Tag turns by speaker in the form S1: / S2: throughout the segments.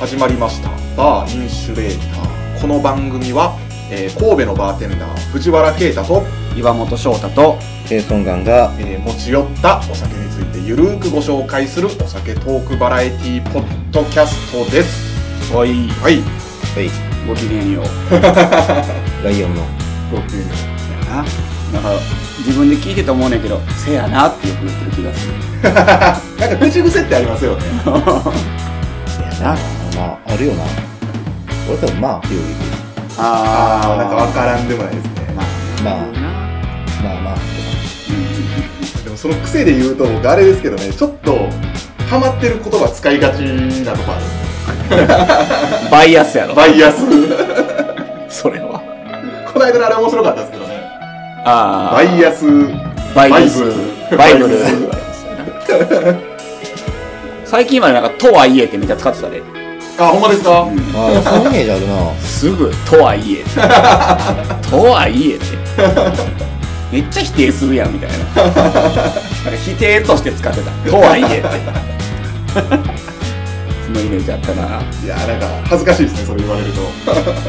S1: 始まりましたバーインシュレーターこの番組は、えー神戸のバーテンダー藤原啓太と、
S2: 岩本翔太と
S3: ペーソンガンが
S1: えー持ち寄ったお酒についてゆるーくご紹介するお酒トークバラエティポッドキャストです
S2: おい
S1: はい
S3: はい
S2: ごきげんよう
S3: ライオンの
S1: ごきげんよ
S2: せやななんか自分で聞いてて思うねんけどせやなってよく言ってる気がする
S1: う なんか口癖ってありますよね
S3: やなまああるよな俺多分まあっていうより
S1: ああなんかわ
S2: か
S1: からんでもないですね、
S2: まあ
S3: まあ
S2: な
S3: まあまあって
S1: でもその癖で言うと僕あれですけどねちょっとハマってる言葉使いがちなとこある
S2: うんバイアスやろ
S1: バイアス
S2: それは
S1: この間のあれ面白かったですけどね
S2: あ
S1: バイアス
S2: スバイアス
S1: バ
S2: バ
S1: イ
S2: イ
S1: ブ
S2: ブ
S1: ル
S2: ル 最近までなんか「とはいえ」ってめっちゃ使ってたで
S1: あほんまですか、
S3: ああそのイメージあるな
S2: すぐ「とはいえ」「とはいえ」ってめっちゃ否定するやんみたいななんか否定として使ってた「とはいえ」ってそのイメージあったない
S1: やなんか恥ずかしいですねそれ言われると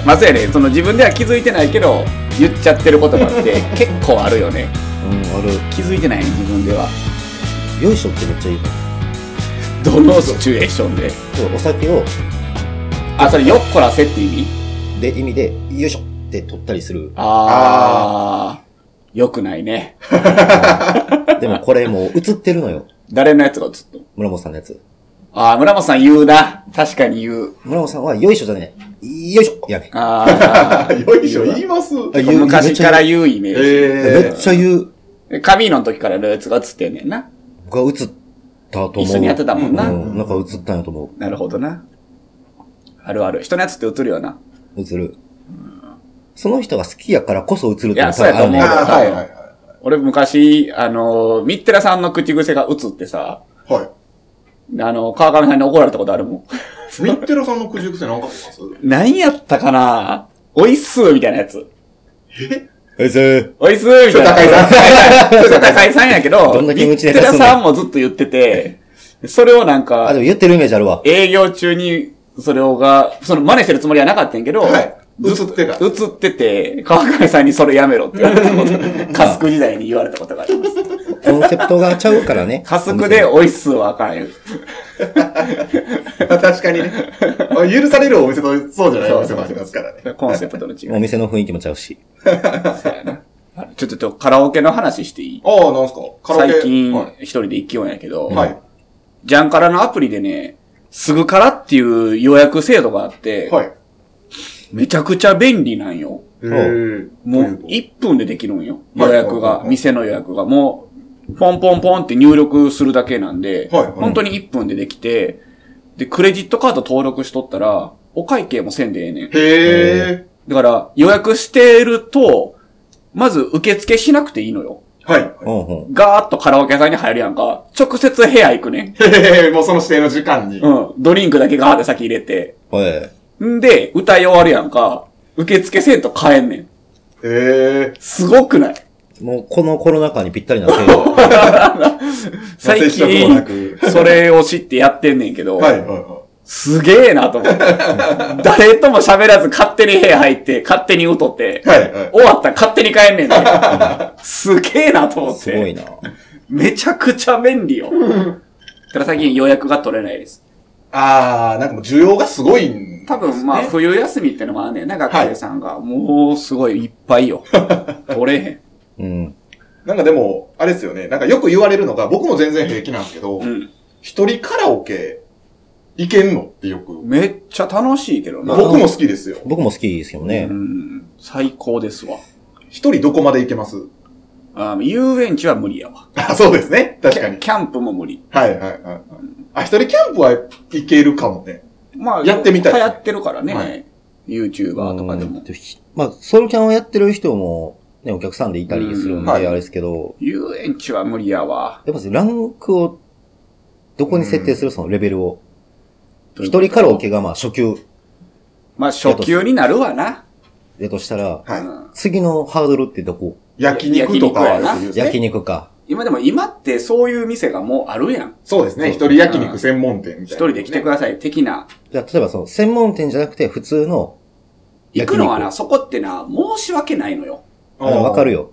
S2: まずやねその自分では気づいてないけど言っちゃってる言葉って結構あるよね
S3: うんある
S2: 気づいてない自分では
S3: よいしょってめっちゃいいな
S2: どのシチュエーションで
S3: そうお酒を
S2: あそれよっこらせって意味
S3: で意味でよいしょって取ったりする
S2: ああよくないね
S3: でもこれもう映ってるのよ
S2: 誰のやつがずっと
S3: 村本さんのやつ
S2: ああ村本さん言うな確かに言う
S3: 村本さんはよいしょじゃねえよいしょやね
S2: ああ
S1: あ よいしょ言います
S3: あ言う
S2: 昔から言うイメージ。
S3: め
S1: え
S3: っちゃ言う
S2: カビの時からのやつが映ってんねんな。
S3: が映ったと思う
S2: 一緒にやってたもんな。
S3: うんなんか映ったんやと思
S2: なるほどな。あるある。人のやつって映るよな。
S3: う映るその人が好きやからこそ映るって
S2: いやそうやと思う
S1: ー、
S3: あるね
S1: あはいはい
S2: 俺昔、あのー、ミッテラさんの口癖が映ってさ、
S1: はいは
S2: あのー、川上さんに怒られたことあるもん。
S1: いミッテラさんの口癖なんかあります
S2: 何やったかなおいっすーみたいなやつ。
S1: え
S3: えいせ
S2: おいっすーみたいな。
S1: 高井さん
S2: ん。 そう高井さんやけど、
S3: どんな気持ち
S2: ミ
S3: で
S2: ッテ
S3: 出
S2: ラ
S3: すんだ
S2: さんもずっと言ってて、それをなん
S3: あ、
S2: か
S3: で、も言ってるイメージあるわ。
S2: 営業中に、それをが、その真似してるつもりはなかったんやけど、
S1: はい映ってた
S2: 映ってて、川上さんにそれやめろって言われたこと、 カスク時代に言われたことがあります。
S3: コンセプトがちゃうか らね。
S2: カスクでおいっすはあかんよ。
S1: あ 確かにね許されるお店とそうじゃないお店もありますからね
S2: コンセプトの違
S3: お
S2: い。
S3: 店の雰囲気もちゃうし。
S2: そうやなちょっとカラオケの話していい
S1: ああなんすかカラオケ
S2: 最近
S1: はい、
S2: 一人で行きようんやけど、
S1: はい
S2: ジャンカラのアプリでね、すぐからっていう予約制度があって、
S1: はい
S2: めちゃくちゃ便利なんよ。
S1: えー
S2: も
S1: ということ
S2: 1分でできるんよ。
S1: はい
S2: 予
S1: はいは
S2: 約
S1: い
S2: が
S1: は、い
S2: 店の予約が。もう、ポンポンポンって入力するだけなんで、
S1: はいはい
S2: 本当に1分でできて、で、クレジットカード登録しとったら、お会計もせんでええねん。
S1: へえ
S2: だから、予約してると、まず受付しなくていいのよ。
S1: はい
S3: うんうん。
S2: ガーッとカラオケ屋さんに入るやんか。直接部屋行くね。
S1: へえ もうその指定の時間に、
S2: うん。ドリンクだけガーッて先入れて。
S3: はい。
S2: んで、歌い終わるやんか。受付せんと帰んねん。
S1: ええ
S2: すごくない
S3: もうこのコロナ禍にぴったりな 制度。
S2: 最
S1: 接触もな
S2: 近
S1: く、
S2: それを知ってやってんねんけ ど、
S1: はいはいはい
S2: すげえなと 思って。誰とも喋らず勝手に部屋入って、勝手に歌って、
S1: はいはい
S2: 終わったら勝手に帰んねんて。すげえなと思っ
S3: すごい
S2: て。
S3: な。
S2: めちゃくちゃ便利よ。ただ最近予約が取れないです。
S1: あー、なんかもう需要がすごいん。
S2: 多分まあ冬休みってのもあんねんな、学
S1: はい
S2: 生さんが。もうすごいいっぱいよ。取れへん。
S3: うん。
S1: なんかでも、あれですよね。なんかよく言われるのが、僕も全然平気なんですけど
S2: う、ん。
S1: 一、人カラオケ、行けんのってよく。
S2: めっちゃ楽しいけどな。
S1: 僕も好きですよ。
S3: 僕も好きですけどね
S2: う。ん。最高ですわ。
S1: 一人どこまで行けます
S2: あ遊園地は無理やわ。
S1: あ、そうですね。確かに。
S2: キャンプも無理。
S1: はいはいはいはい。あ、一人キャンプは行けるかもね。
S2: まあ、
S1: やってみたい
S2: 流行ってるからね。
S1: は
S2: YouTuber とかでも。
S3: うんひまあ、ソロキャンをやってる人も、ね、お客さんでいたりするん
S2: うん
S3: で、
S1: はい
S3: あれですけど、
S2: 遊園地は無理やわ。
S3: やっぱランクを、どこに設定するそのレベルを。一人カ
S2: から
S3: ラオケがまあ初級
S2: まあ、初級になるわな。
S3: だとしたら、
S1: はい。
S2: うん
S3: 次のハードルってどこ
S1: 焼肉とかはよく言うですね。
S3: 焼肉か。
S2: い今でも今ってそういう店がもうあるやん。
S1: そうですね。一人焼肉専門店み
S2: 一
S1: たいな、
S2: 人で来てください、的な。
S3: じゃあ、例えばそう、専門店じゃなくて普通の
S2: 行
S3: 焼
S2: く
S3: 肉。
S2: のはな、そこってな、申し訳ないのよ。
S3: あの、わかるよ。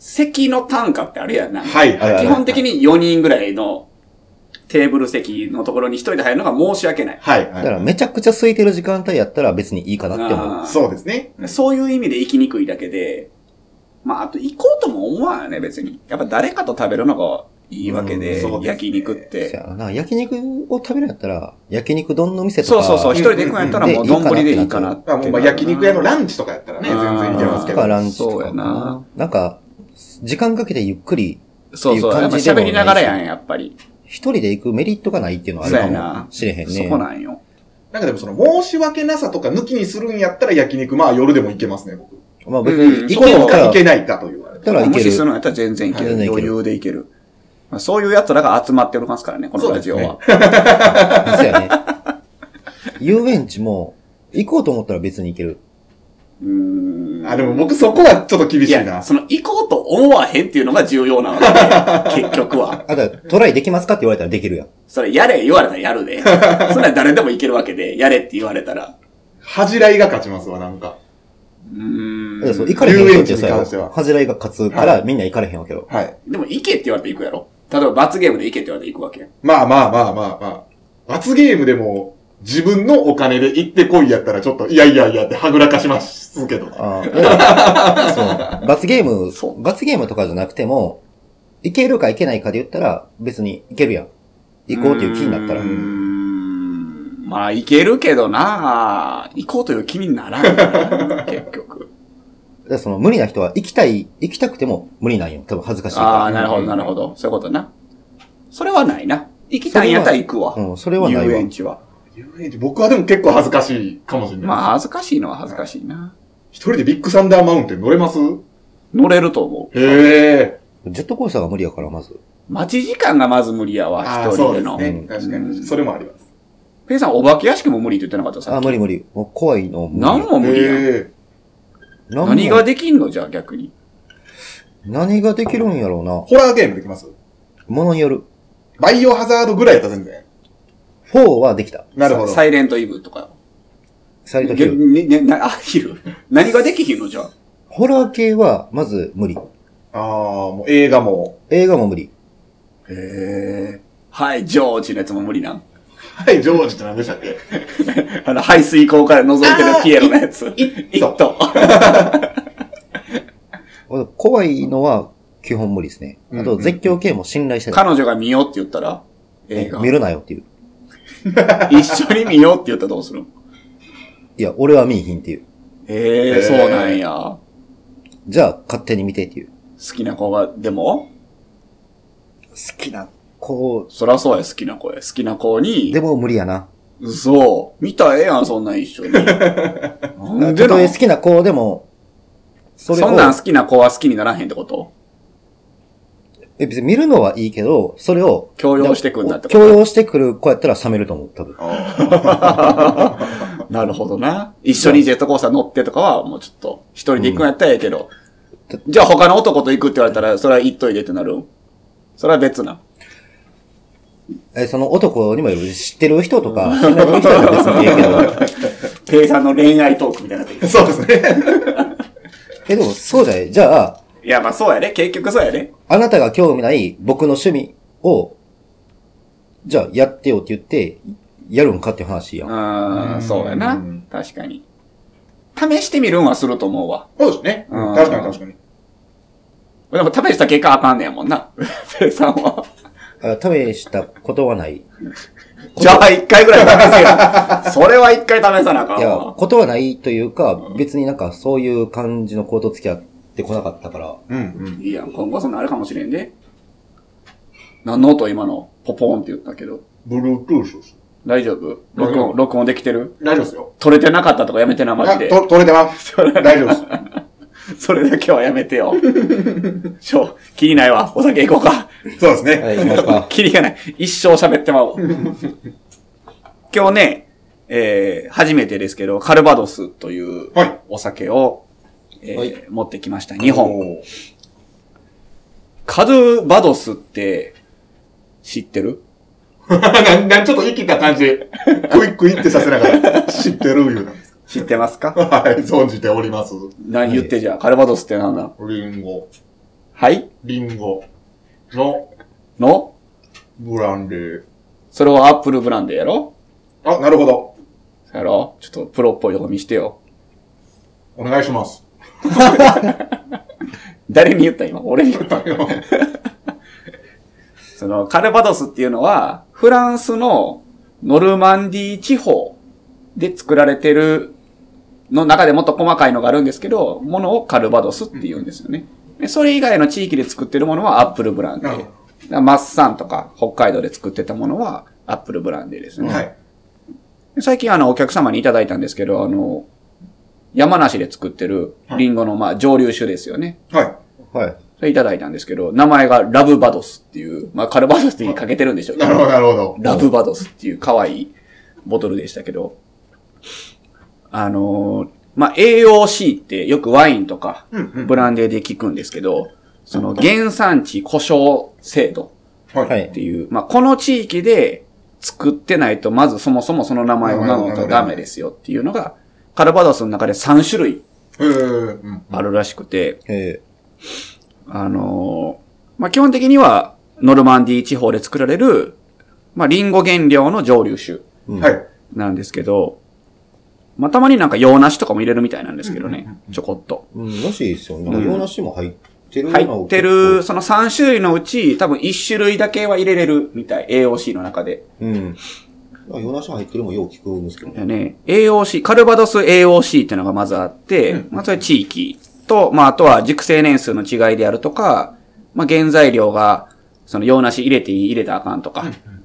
S2: 席の単価ってあるやんな。
S1: はいはいは
S2: 基
S1: い。
S2: 本的に4人ぐらいのテーブル席のところに一人で入るのが申し訳ない。
S1: はいは
S3: だ
S1: い。
S3: からめちゃくちゃ空いてる時間帯やったら別にいいかなって思う。
S2: あー
S1: そうですね。
S2: そういう意味で行きにくいだけで、まあ、あと行こうとも思わんよね、別に。やっぱ誰かと食べるのがいいわけ
S1: うん
S2: で、
S1: そうですね
S2: 焼肉って
S3: せ。やな焼肉を食べるんやったら、焼肉丼の店と
S2: そう
S3: か。
S2: そうそう、
S1: ん
S2: 一人で行くんやったらもう丼でいいかなって
S1: まあ
S2: な
S1: もうまあ焼肉屋のランチとかやったらね、
S2: う
S1: 全
S2: ん
S1: 然いけますけ
S3: と
S1: ど
S3: か。ランチと
S2: そう
S3: か
S2: や
S3: か
S2: な
S3: な。なんか、時間かけてゆっくり、
S2: そうそう、やっぱ
S3: っていう感じでも
S2: 喋
S3: ないし
S2: りながらやん、やっぱり。
S3: 一人で行くメリットがないっていうのはある
S2: そうや
S3: か
S2: な
S3: もしれへんね。
S2: そこなんよ。
S1: なんかでもその申し訳なさとか抜きにするんやったら焼肉、まあ夜でも行けますね、僕。
S3: まあ別
S2: うん
S3: に、
S1: 行
S3: 行こ
S1: け
S3: う
S1: る
S3: か、
S1: から行
S3: 行
S1: けないかと言われて。
S3: ったらい
S2: 無
S3: け
S2: 視する
S3: る。
S2: のやったら全然いける。
S3: 全然いけ
S2: 余
S3: る
S2: 裕でいける。まあそういう奴らが集まっておりますからね、このラジオは。
S3: そうやね。遊園地も、行こうと思ったら別に行ける。
S2: うーん
S1: あ、でも僕そこはちょっと厳し
S2: い
S1: い
S2: や、
S1: な。
S2: その行こうと思わへんっていうのが重要なの で、結局は。
S3: あ、だからトライできますかって言われたらできるやん。
S2: それやれ言われたらやるで。それは誰でもいけるわけで、やれって言われたら。
S1: 恥じらいが勝ちますわ、なんか。
S2: うー。
S3: だからそうん行かれへん人って
S1: 遊園地に関して
S3: さ、
S1: は
S3: 恥じらいが勝つからみんな行かれへんわけよ。
S1: はい。
S2: でも行けって言われて行くやろ。例えば罰ゲームで行けって言われて行くわけやん。
S1: まあまあまあまあまあ。罰ゲームでも、自分のお金で行ってこいやったらちょっと、いやいやいやってはぐらかしますけど。
S3: あーいや そう罰ゲーム
S2: そ、う
S3: 罰ゲームとかじゃなくても、いけるかいけないかで言ったら別にいけるやん。行こうっていう気になったら
S2: うー。ん。まあ行けるけどな行こうという気にならんよ な。結局。
S3: だからその無理な人は行きたい、行きたくても無理なんよ。多分恥ずかしい
S2: ああ、
S3: か
S2: なるほど、なるほど。そういうことな。それはないな。行きたいんやったら行くわ
S3: ら。。うん、それはない
S2: 遊
S3: わ
S2: 園。地は。
S1: 遊園地僕はでも結構恥ずかしいかもしれない。
S2: まあ恥ずかしいのは恥ずかしいな。
S1: 一人でビッグサンダーマウンテン乗れます
S2: 乗れると思う。
S1: へえ。
S3: ジェットコースターが無理やから、まず。
S2: 待ち時間がまず無理やわ、
S1: あ
S2: 一
S1: あ、
S2: 人
S1: そう
S2: で
S1: で
S2: の。
S1: す
S2: ペ
S1: ね。確か
S2: うん
S1: に。それもあります。
S2: イさん、お化け屋敷も無理って言ってなかった
S3: あ
S2: さ
S3: ー、
S2: っき。
S3: 無理無理。もう怖いの無理。
S2: 何も無理やん。
S1: へえ。
S3: 何も
S2: 何ができんのじゃあ逆に。
S3: 何ができるんやろうな。
S1: ホラーゲームできます
S3: ものによる。
S1: バイオハザードぐらいやったら全然。
S3: 4はできた。
S1: なるほど。
S2: サイレントイブとか。
S3: サイドヒ
S2: げ
S3: ル。
S2: ねねなあ、ヒル。何ができひんのじゃあ。
S3: ホラー系は、まず無理。
S1: ああ、もう映画も。
S3: 映画も無理。
S2: へえ。はい、ジョージのやつも無理なん。
S1: はい、ジョージって何でしたっけ
S2: あの、排水口から覗いてるピエロのやつ。
S1: い
S2: いっと。
S3: 怖いのは基本無理ですね。あ
S1: うんうん
S3: と、
S1: うん
S3: 絶叫系も信頼してない。
S2: 彼女が見ようって言ったら映画。
S3: 見るなよっていう。
S2: 一緒に見ようって言ったらどうするの
S3: いや、俺は見いひんっていう。
S2: へえ、
S1: へー
S2: そうなんや。好
S3: じゃあ、勝手に見てっていう。
S2: きな子が、でも
S3: 好きな子、
S2: そらそうや、好きな子や。好きな子に、
S3: でも無理やな。
S2: 嘘。見たらええやん、そんなん 一緒に。なんで
S3: た
S2: な
S3: とえ
S2: ん
S3: 好
S2: そ
S3: きな子でも、それを
S2: んなん好きな子は好きにならへんってこと
S3: え別に見るのはいいけど、それを、
S2: 強要してくんだってこ
S3: 強
S2: と
S3: 要してくる子やったら冷めると思う、多分。
S2: なるほどな。一緒にジェットコースター乗ってとかは、もうちょっと、一人で行くんやったらええけど。じゃあ他の男と行くって言われたら、それは行っといでってなるそれは別な。
S3: え、その男にもよる知ってる人とか、信頼できる人は別にいいけど、
S2: ペイさんの恋愛トークみたいになってる
S1: そうですね。
S3: え、でもそうだよ。じゃあ、
S2: いや、まあそうやね。結局そうやね。
S3: あなたが興味ない僕の趣味を、じゃあやってよって言って、やるんかって話やん。
S2: う、
S1: うんん
S2: そうやな。確かに。試してみるんはすると思うわ。
S1: そうですね。
S2: うん
S1: 確かに確かに。
S2: でも試した結果あかんねやもんな。 ペイさんは。
S3: あ試したことはない。
S2: じゃあ一回ぐらい試 せよ。それは一回試さなあか
S3: い
S2: ん
S3: や
S2: わ、。
S3: ことはないというか、別になんかそういう感じの子と付き合ってこなかったから、
S1: うんうん。
S2: いいやん、今後そんなあるかもしれんで。なんの音今の、ポポーンって言ったけど。
S1: ブルートゥースです。
S2: 大丈夫録音、録音できてる
S1: 大丈夫ですよ。
S2: 取れてなかったとかやめてな、マ
S1: あ、
S2: ジで。
S1: と、取れてます。大丈夫です。
S2: それだけはやめて よ。しょう、キリないわ。お酒行こうか。。
S1: そうですね。
S3: はい、行きますか
S2: キリがない。一生喋ってまうわ。今日ね、えー、初めてですけど、カルバドスという
S1: はい
S2: お酒を、えー
S3: はい
S2: 持ってきました。2本。
S1: おー。
S2: カルバドスって、知ってる
S1: なんなんちょっと生きた感じで、クイックイってさせながら、知ってる言うな。
S2: 知ってますか
S1: はい、存じております。
S2: 何言ってじゃあ、カルバドスってなんだ
S1: リンゴ。
S2: はい
S1: リンゴの
S2: の
S1: ブランデー。
S2: それはアップルブランデーやろ
S1: あ、なるほど。
S2: そやろちょっとプロっぽいとこ見してよ。
S1: お願いします。
S2: 誰に言った今俺に言った。
S1: は
S2: その、カルバドスっていうのは、フランスのノルマンディー地方で作られてるの中でもっと細かいのがあるんですけど、ものをカルバドスって言うんですよね。でそれ以外の地域で作ってるものはアップルブランデー。
S1: なる
S2: だ
S1: ほ
S2: からマッサンとか北海道で作ってたものはアップルブランデーですね。
S1: い。
S2: 最近あの、お客様にいただいたんですけど、あの、山梨で作ってるリンゴの、まあ、蒸留酒ですよね。
S1: はい。
S3: はい。
S2: それいただいたんですけど、名前がラブバドスっていう、まあ、カルバドスにかけてるんでしょうけ
S1: な
S2: ど
S1: るほど、なるほど。
S2: ラブバドスっていう可愛いボトルでしたけど、あのーまあ、AOC ってよくワインとか、
S1: うんうん
S2: ブランデーで聞くんですけど、その原産地故障制度
S1: は
S3: は
S2: っ
S3: い。
S2: ていう、まあ、この地域で作ってないと、まずそもそもその名前を名乗るとダメですよっていうのが、カルバドスの中で3種類
S1: えー、うん。
S2: あるらしくて、
S3: え
S2: あのーまあ、基本的には、ノルマンディー地方で作られる、まあ、リンゴ原料の蒸留酒
S3: うん
S1: はい。
S2: なんですけど、まあ、たまになんか洋梨とかも入れるみたいなんですけどね、ちょこっと。
S3: ーうん、らしいですよね。
S2: うん
S3: 洋梨も入ってる
S2: 入ってる、。その3種類のうち、多分1種類だけは入れれるみたい、AOC の中で。
S3: うん。洋梨入ってるもよう聞くんですけどね。
S2: だよね、AOC、カルバドス AOC っていうのがまずあって、まあ、それは地域と、まあ、あとは熟成年数の違いであるとか、まあ、原材料が、その洋梨入れていい、入れたらあかんとか、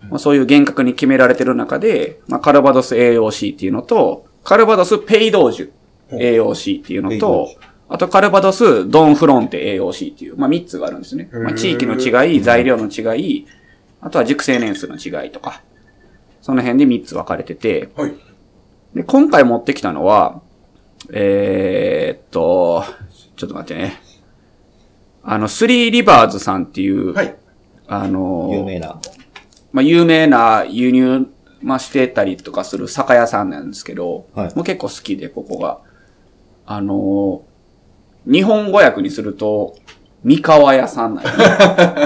S2: まあ、そういう厳格に決められてる中で、まあ、カルバドス AOC っていうのと、カルバドスペイドージュ AOC っていうの
S3: ペイドー
S2: と
S3: ジュ、
S2: あとカルバドスドンフロンテ AOC っていう、まあ、3つがあるんですね。ま
S1: へ
S2: あ、
S1: ー
S2: 地域の違い、材料の違い、あとは熟成年数の違いとか、その辺で3つ分かれてて、
S1: はい。
S2: で、今回持ってきたのは、えー、っと、ちょっと待ってね。あの、スリーリバーズさんっていう、
S1: はい。
S2: あの、
S3: 有名な。
S2: まあ、有名な輸入、まあ、してたりとかする酒屋さんなんですけど、
S3: はい
S2: もう結構好きで、ここが。あの、日本語訳にすると、三河屋さんなんよ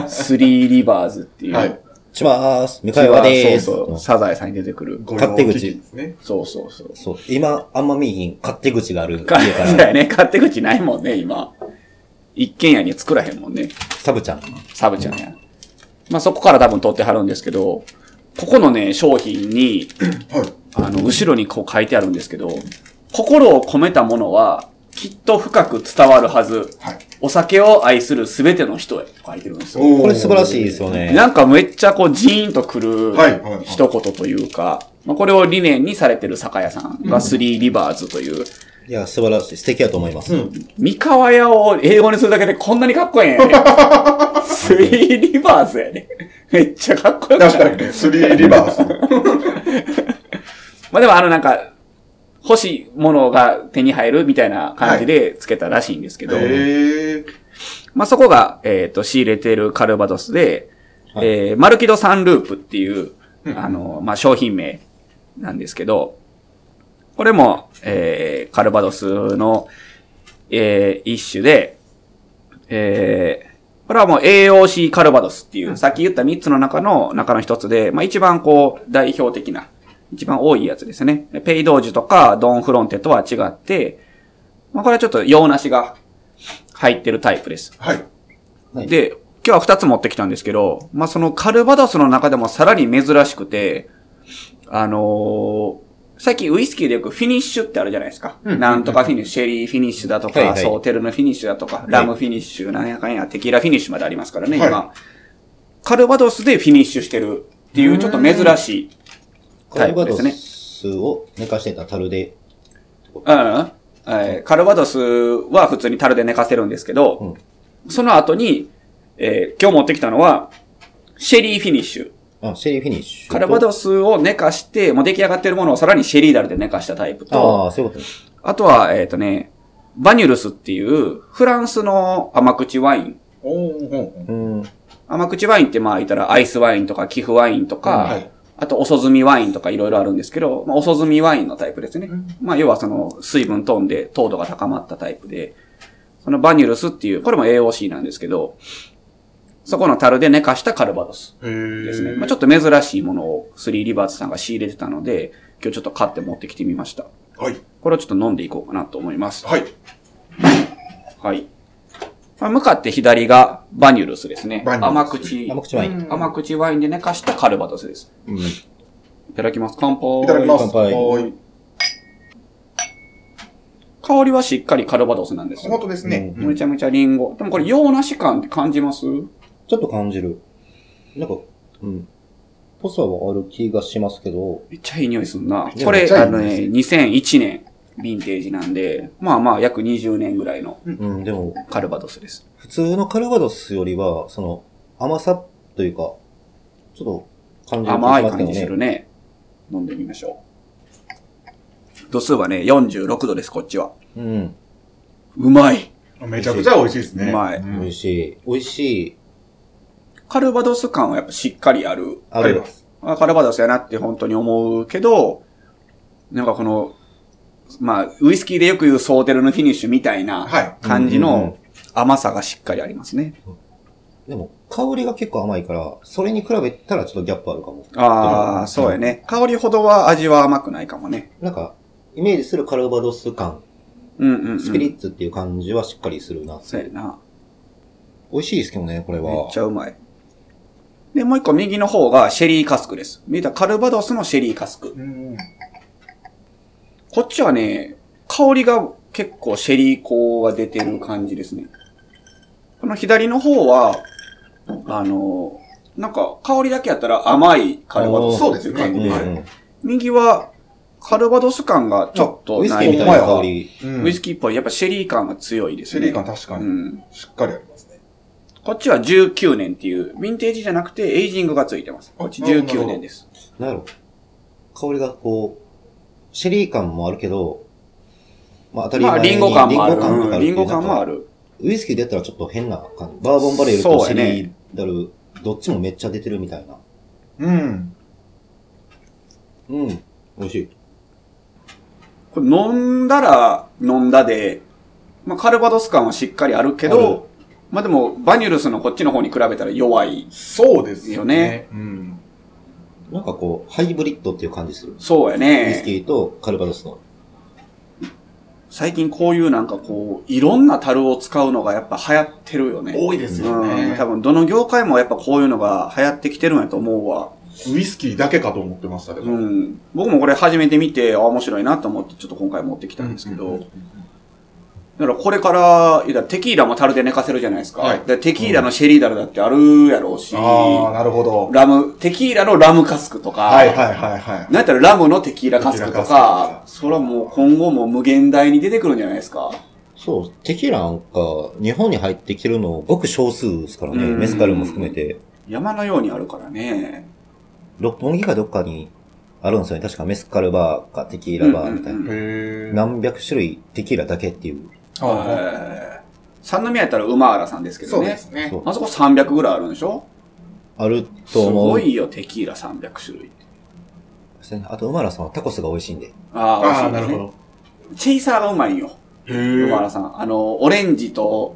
S2: ねスリーリバーズっていう。
S1: はい。
S3: ちまーす。向井和でーす。
S2: そうそう、サザエさんに出てくる。
S1: ご用聞きですね。
S2: そうそうそう。
S3: そう。今、あんま見えひん、勝手口が ある家か
S2: か、そう
S3: ら、
S2: やね。勝手口ないもんね、今。一軒家には作らへんもんね。
S3: サブちゃん。
S2: サブちゃんや。まあ、そこから多分取ってはるんですけど、ここのね、商品に、
S1: はい。
S2: あの、後ろにこう書いてあるんですけど、心を込めたものは、きっと深く伝わるはず。
S1: はい。
S2: お酒を愛するすべての人へ、と書いてるんですよ。
S1: おー
S3: これ素晴らしいですよね。
S2: なんかめっちゃこう、ジーンとくる
S1: はいはいはい、
S2: 一言というか、まあ、これを理念にされてる酒屋さんがスリーリバーズという、
S3: いや、素晴らしい。素敵やと思います。
S2: 三河屋を英語にするだけでこんなにかっこええんや ね。スリーリバーズやね。めっちゃかっこよくない
S1: 確かにね、スリーリバース。
S2: まあでもあのなんか、欲しいものが手に入るみたいな感じでつけたらしいんですけど、
S1: ええー。
S2: まあそこが、えっ、と、仕入れてるカルバドスで、えーマルキドサンループっていう、あの、まあ商品名なんですけど、これも、えーカルバドスの、えー一種で、えーこれはもう AOC カルバドスっていう、さっき言った3つの中の、中の一つで、まあ一番こう、代表的な、一番多いやつですね。でペイドージュとかドンフロンテとは違って、まあこれはちょっと洋梨が入ってるタイプです。
S1: はい。
S3: はい
S2: で、今日は2つ持ってきたんですけど、まあそのカルバドスの中でもさらに珍しくて、あのー、最近ウイスキーでよくフィニッシュってあるじゃないですか。
S1: うん
S2: なんとかフィニッシュ、シェリーフィニッシュだとか、
S3: はいはい
S2: ソーテルのフィニッシュだとか、ラムフィニッシュ、なんやかんや、テキーラフィニッシュまでありますからね、
S1: はい
S2: 今。カルバドスでフィニッシュしてるっていう、ちょっと珍しい。
S3: カルバド
S2: タイプで
S3: スを寝かしてた樽で、
S2: うん。えーカルバドスは普通に樽で寝かせるんですけど、その後に、えー今日持ってきたのは、シェリーフィニッシュ。
S3: あ、シェリーフィニッシュと。
S2: カルバドスを寝かして、もう出来上がってるものをさらにシェリーダルで寝かしたタイプと、あ
S3: ああ、そういうことです。
S2: とは、えっ、とね、バニュルスっていうフランスの甘口ワイン
S1: おおーほんほん
S3: うん。
S2: 甘口ワインってまあ言ったらアイスワインとか寄付ワインとか、
S1: はい。
S2: あと遅積みワインとかいろいろあるんですけど、まあ、遅積みワインのタイプですね。
S1: うん
S2: まあ要はその水分飛んで糖度が高まったタイプで、そのバニュルスっていう、これも AOC なんですけど、そこの樽で寝かしたカルバドス
S1: へー
S2: ですね。まあちょっと珍しいものをスリーリバーズさんが仕入れてたので、今日ちょっと買って持ってきてみました。
S1: はい。
S2: これをちょっと飲んでいこうかなと思います。
S1: はい。
S2: はい。まあ、向かって左がバニュルスですね。
S1: バニュルス
S2: 甘口。
S3: 甘口ワイン。
S1: うん
S2: 甘口ワインで寝かしたカルバドスです。
S3: うん。
S2: いただきます。乾杯。
S1: いただきます。
S3: 乾杯
S1: はい。
S2: 香りはしっかりカルバドスなんですよ
S1: 本当ですね。
S2: めちゃめちゃリンゴ。でもこれ洋梨感って感じます
S3: ちょっと感じる。なんか、うん。ぽさはある気がしますけど、
S2: めっちゃいい匂いすんな。
S3: いや
S2: こ
S1: めっ
S2: れ、
S1: ちゃ
S2: あ
S1: いい匂
S2: の
S1: い
S2: ね、2001年、ヴィンテージなんで、まあまあ約20年ぐらいの
S3: うん、でも、
S2: カルバドスです。
S3: 普通のカルバドスよりは、その、甘さというか、ちょっと感じる気が
S2: 甘
S3: し
S2: い
S3: ますけ
S2: 感
S3: ど
S2: じする
S3: ね。
S2: ね。飲んでみましょう。度数はね、46度です、こっちは。
S3: うん。
S2: うまい。
S1: めちゃくちゃ美味しいですね。
S2: うまい
S1: ん
S3: 美味しい。美味しい。
S2: カルバドス感はやっぱしっかりある。
S3: あ
S1: あり
S3: る
S1: ま。
S2: あカルバドスやなって本当に思うけど、なんかこの、まあ、ウイスキーでよく言うソーテルのフィニッシュみたいな、
S1: はい。
S2: 感じ
S3: うんうんうん
S2: の甘さがしっかりありますね。
S3: でも、香りが結構甘いから、それに比べたらちょっとギャップあるかも。
S2: ああ、そうやね。香りほどは味は甘くないかもね。
S3: なんか、イメージするカルバドス感、
S2: うんうん、うん。
S3: スピリッツっていう感じはしっかりするな。
S2: そうやな。
S3: 美味しいですけどね、これ
S2: め
S3: は
S2: っち。ゃうまい。で、もう一個右の方がシェリーカスクです。見たカルバドスのシェリーカスク。
S1: うん
S2: こっちはね、香りが結構シェリー香が出てる感じですね。この左の方は、あの、なんか香りだけやったら甘いカルバドス
S1: そう
S2: っ
S1: で
S2: て
S1: す
S2: いう
S1: ね
S2: 感じで、
S1: はい
S3: うんうん
S2: 右はカルバドス感がちょっと
S3: ウイス
S2: な
S3: キ
S2: い
S3: ーみたいな香り。
S1: うん
S2: ウイスキーっぽい。やっぱシェリー感が強いです
S1: シェ
S2: ね。
S1: リー感確か
S2: う
S1: に、
S2: ん。
S1: しっかりありますね。
S2: こっちは19年っていう、ヴィンテージじゃなくてエイジングがついてます。こっち19年です。
S3: なんやろ。香りがこう、シェリー感もあるけど、まあ当たり
S2: ま
S3: 前
S2: あ、
S3: に
S2: リンゴ感もある。
S3: とか
S2: うんリンゴ感
S3: っていうなん
S2: も
S3: か
S2: ある。
S3: ウイスキーでやったらちょっと変な感じ。バーボンバレルと
S2: そう
S3: シ
S2: や
S3: ェ
S2: ね
S3: リーダル、どっちもめっちゃ出てるみたいな。
S1: うん。
S3: うん。美味しい。
S2: これ飲んだら飲んだで、まあ、カルバドス感はしっかりあるけ
S3: あ
S2: ど、まあ、でも、バニュルスのこっちの方に比べたら弱い。
S1: そうです
S2: よね。
S1: うん。
S3: なんかこう、ハイブリッドっていう感じする。
S2: そうや
S3: ウイスキ
S2: ね。
S3: ーとカルバドスの。
S2: 最近こういうなんかこう、いろんな樽を使うのがやっぱ流行ってるよね。
S1: 多いですよ
S2: うん
S1: ね。
S2: 多分どの業界もやっぱこういうのが流行ってきてるんやと思うわ。
S1: ウイスキーだけかと思ってましたけど。
S2: う。ん。僕もこれ初めて見て、あ、面白いなと思って、ちょっと今回持ってきたんですけど、
S1: うん
S2: だからこれから、いやテキーラも樽で寝かせるじゃないですか。
S1: はい
S2: でテキーラのシェリーダルだってあるやろうし、
S1: ああ、なるほど。
S2: ラム、テキーラのラムカスクとか、
S1: はいはいはいはい。
S2: なんやったらラムのテキーラカスクと
S1: テキーラカ
S2: か、それはもう今後も無限大に出てくるんじゃないですか。
S3: そう、テキーラなんか、日本に入ってきてるのごく少数ですからね。
S2: うん
S3: メスカルも含めて。
S2: 山のようにあるからね。
S3: 六本木かどっかにあるんですよね。確かメスカルバーかテキーラバーみたい
S2: うんうん
S3: な。
S1: へえ。
S3: 何百種類テキーラだけっていう。
S1: は
S2: えー三宮やったらウマーラさんです
S1: い
S2: け
S1: そ
S2: ど
S1: うで
S2: ね。
S1: すね
S3: そ。う
S2: あそこ300ぐらいあるんでしょ
S3: ある
S2: す
S3: と思う。
S2: ごいよ、テキーラ300種類。
S3: あと、馬原さんはタコスが美味しいんで。
S2: あ
S1: ああ、
S2: 美
S1: なる
S2: 味しい
S1: ほ
S2: ね
S1: ど。
S2: チェイサーがうまいんよ。
S1: へ
S2: 野
S1: え。
S2: 原さん。あの、オレンジと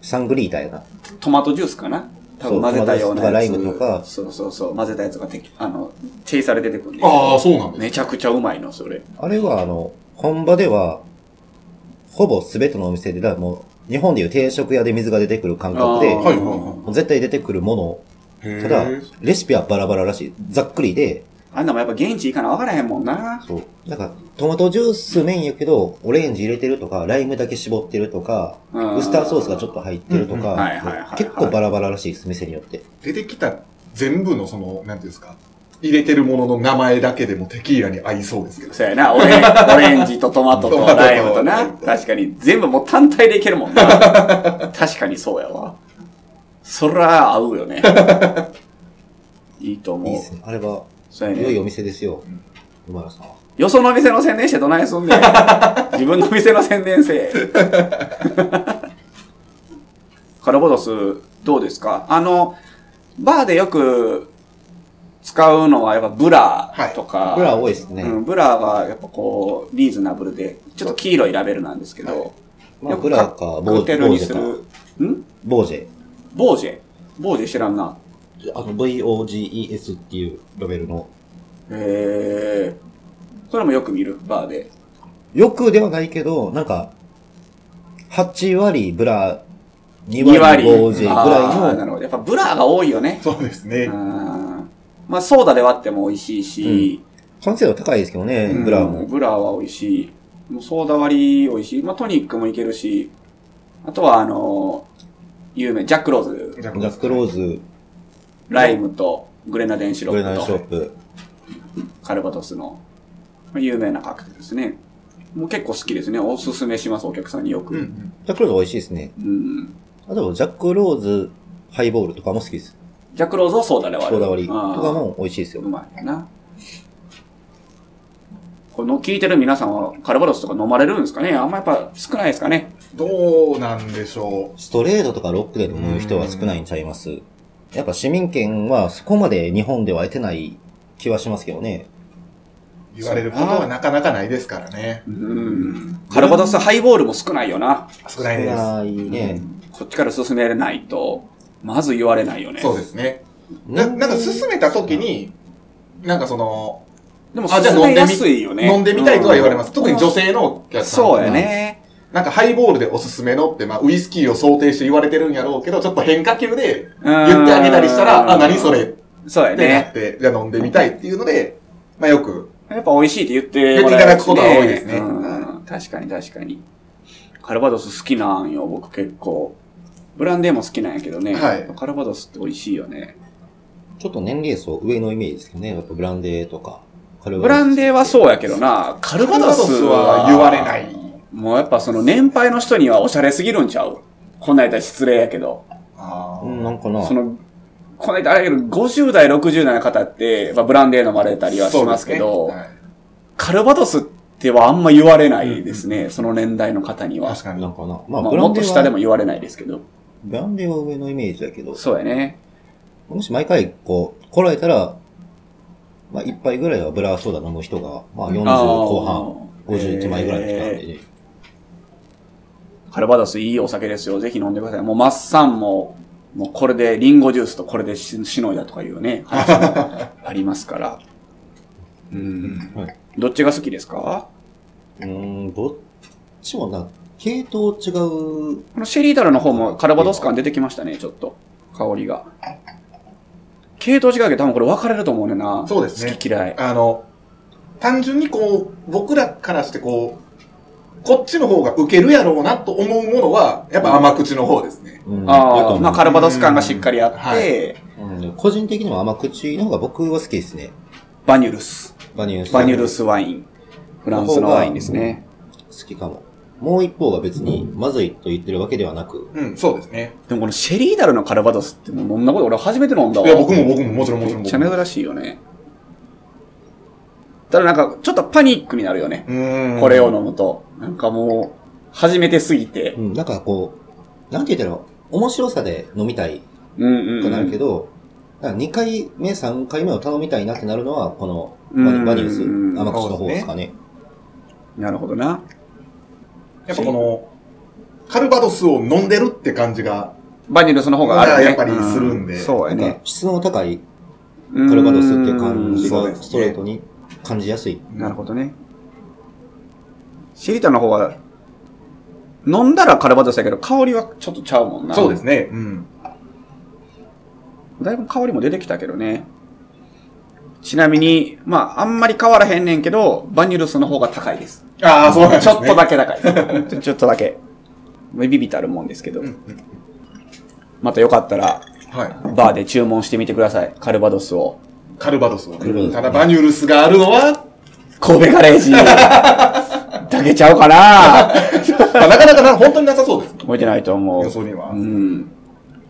S3: サングリータやな。
S2: トマトジュースかな多
S3: そ
S2: 分
S3: う
S2: 混ぜたようなやつ。
S3: トマトジュースとかライムとか
S2: そうそうそう。混ぜたやつがてあの、チェイサーで出てくるんで。
S1: ああ、そうなんです。
S2: めちゃくちゃうまいの、それ。
S3: あれは、あの、本場では、ほぼ全てのお店で、だからもう、日本でいう定食屋で水が出てくる感覚で、
S2: あー
S1: はいはいはい
S3: もう絶対出てくるも
S1: へ
S3: の、
S1: え
S3: ただ、レシピはバラバラらしい。ざっくりで、
S2: あんなもんやっぱ現地行かな分からへんもんな。
S3: そう。なんか、トマトジュースメインやけど、オレンジ入れてるとか、ライムだけ絞ってるとか、
S2: うん
S3: ウスターソースがちょっと入ってると
S1: うんうん
S2: はいはいはい
S3: か
S2: は、い
S3: 結構バラバラらしいです、店によって。
S1: 出てきた全部のその、なんていうんですか。入れてるものの名前だけでもテキーラに合いそうですけど。
S2: そうやな、オレ ンオレンジとトマトと
S1: トマトと
S2: ライムとな。確かに、全部もう単体でいけるも んな。確かにそうやわ。そら、合うよ ね。いいと思う。
S3: いいですね。あれは、
S2: そうやね
S3: 良いお店ですよ。馬原さんは。
S2: よその店の宣伝してどないすん ねん。自分の店の宣伝せえ。カルバドスどうですかあの、バーでよく使うのはやっぱブラとか、
S3: ブラ多いですね。
S2: うん、ブラはやっぱこう、リーズナブルで、ちょっと黄色いラベルなんですけど、
S3: まあ、ブラか、ボ
S2: カ
S3: ー
S2: ク
S3: ジ
S2: テ
S3: ェ
S2: ル
S3: ボー
S2: に
S3: ジ
S2: す
S3: ェか。
S2: る、ん
S3: ボージェ。
S2: ボージェ。ボージェ知らんな。
S3: あの、VOGES っていうラベルの。
S2: へえ。それもよく見る、バーで。
S3: よくではないけど、なんか、8割ブラ、2
S2: 2割。
S3: 割ボージェぐ
S2: あ
S3: ら
S2: ー
S3: い
S2: な
S3: の
S2: るほど。やっぱブラが多いよね。
S1: そうです
S2: う
S1: ね。
S2: ん。まあ、ソーダで割っても美味しいし、
S3: 完成度高いですけどね、
S2: うん
S3: ブラも。
S2: ブラは美味しい。もうソーダ割り美味しい。まあ、トニックもいけるし、あとはあの、有名、ジャックローズ、
S1: ジャ
S3: ジャックローズ、
S2: ライムとグレナデンシロ
S3: ブレナ
S2: ッ
S3: ル
S2: プ
S3: ショ
S2: と
S3: ップ。
S2: カルバトスのまあ有名なカクテルですね。もう結構好きですね。おすすめします、お客さんによ
S1: うんう
S2: く。
S1: ん。
S3: ジャックローズ美味しいですね。
S2: うん
S3: あと、ジャックローズ、ハイボールとかも好きです。
S2: ジャックローズをソーダで割
S3: こ
S2: る。
S3: だわりと
S2: ああ
S3: かも美味しいです
S2: う
S3: よ。
S2: まいな。この聞いてる皆さんはカルバドスとか飲まれるんですかねあんまやっぱ少ないですかね
S1: どうなんでしょ
S3: ストレートとかロックで飲む人は少ないんちゃいます。やっぱ市民権はそこまで日本では得てない気はしますけどね。
S1: う。言われることはなかなかないですからね。
S2: うん。カルバドスハイボールも少ないよな。
S1: 少ない
S3: 少
S1: で
S3: ないね。
S2: こっちから進めれないと、まず言われないよね。。
S1: す。そうですすね。ななんか進めた時に、なんかその、
S2: でも
S1: あじゃあ
S2: 進めやすいよね。
S1: 飲んでみたいとは言われます。
S2: うん
S1: 特に女性のお客さん。
S2: そうや。ね。
S1: なんかハイボールでおすすめのって、まあ、ウイスキーを想定して言われてるんやろうけど、ちょっと変化球で言ってあげたりした
S2: う
S1: ら、
S2: ん
S1: あ、何それって
S2: そうや
S1: な
S2: ね
S1: っ。て、じゃあ飲んでみたいっていうので、まあよく、
S2: やっぱ美味しいって言ってもらえる
S1: 言っていただ
S2: し
S1: くことが多いですね
S2: うん確かに確かに。カルバドス好きなんよ、僕結構。ブランデーも好きなんやけどね。
S1: はい
S2: カルバドスって美味しいよね。
S3: ちょっと年齢層上のイメージですけどね。やっぱブランデーとか。カル
S2: ブランデーはそうやけどな、カルバドスは
S1: は言われない。。
S2: もうやっぱその年配の人にはおしゃれすぎるんちゃうこないだ失礼やけど。
S1: あ
S3: うん、なんかな。
S2: その、こないだあれやけど、50代、60代の方って、まあ、ブランデー飲まれたりはしますけど、カルバドスってはあんま言われないですね。その年代の方には。
S1: 確かに。
S3: なんかな。ま
S2: まあ、
S3: あ、ブラ
S2: も
S3: ン
S2: っ
S3: デ
S2: と
S3: ー
S2: 下でも
S3: は、
S2: 言われないですけど。
S3: ブランデーは上のイメージだけど、
S2: そうやね。
S3: もし毎回こう、来られたら、まあ、一杯ぐらいはブラーソーダ飲む人が、まあ、40後半、
S2: あー
S3: 50手前ぐらいの人なんでね。
S2: カルバドスいいお酒ですよ。ぜひ飲んでください。もうマッサンも、もうこれでリンゴジュースとこれでししのいだとかい うね、話もありますから。うん。
S3: はい
S2: どっちが好きですか
S3: うーん、どっちもな、系統違う、
S2: このシェリーダルの方もカルバドス感出てきましたね、ちょっと。香りが。系統違うけど多分これ分かれると思うねんな。
S1: そうですね
S2: 好き嫌い。
S1: あの、単純にこう、僕らからしてこう、こっちの方がウケるやろうなと思うものは、やっぱ甘口の方ですね。
S3: うん、だ
S2: あ
S3: と思
S2: あ、
S3: う
S2: まあカルバドス感がしっかりあって、
S1: うんはい
S3: うん個人的にも甘口の方が僕は好きですね。
S2: バニュルス。
S3: バニュース。
S2: バニュルスワイン。フランスのワインですね。
S3: 好きかも。もう一方が別に、まずいと言ってるわけではなく、
S1: うん、そうですね。
S2: でもこのシェリーダルのカルバドスってもう飲んだこと俺初めて飲んだわ。
S1: いや、僕も僕ももちろんもちろん
S2: めっ
S1: 僕
S2: ちゃ
S1: も。
S2: 珍しいよね。ただなんか、ちょっとパニックになるよね。
S1: うん
S2: これを飲むと。なんかもう、初めてすぎて
S3: う。ん、なんかこう、なんて言ったら、面白さで飲みたい
S2: うんうん、う
S3: となるけ
S2: ん。
S3: ど、なんか2回目、3回目を頼みたいなってなるのは、この
S2: うん
S3: バニバニュース、
S2: うん
S3: 甘口の方ですかね。
S2: なるほどな。
S1: やっぱこの、カルバドスを飲んでるって感じが、
S2: バニルその方があるね。
S1: やっぱりするんで
S2: うそうや
S3: なんか
S2: ね。
S3: 質の高い
S2: カ
S3: カルバドスっていう感じ
S1: うんそうで
S3: が
S1: すね
S3: ストレートに感じやすい。
S2: なるほどね。シェリータの方は、飲んだらカルバドスだけど、香りはちょっとちゃうもんな。
S1: そうですね。うん。
S2: だいぶ香りも出てきたけどね。ちなみに、まあ、あんまり変わらへんねんけど、バニルスの方が高いです。
S1: ああ、そうなんです
S2: ち
S1: ね。
S2: ょっとだ け高いです。ちょちょっとだけ。ビビたるもんですけど。またよかったら、
S1: はい。
S2: バーで注文してみてください。カルバドスを。
S1: カルバドスを
S3: ルバド
S1: ね。
S3: ス
S1: ただ、バニュルスがあるのは、
S2: 神戸ガレ ージ。だけちゃうかな
S1: まあなかなかな本当になさそうです。
S2: 覚えてないと思う。
S1: 予想には
S2: うん。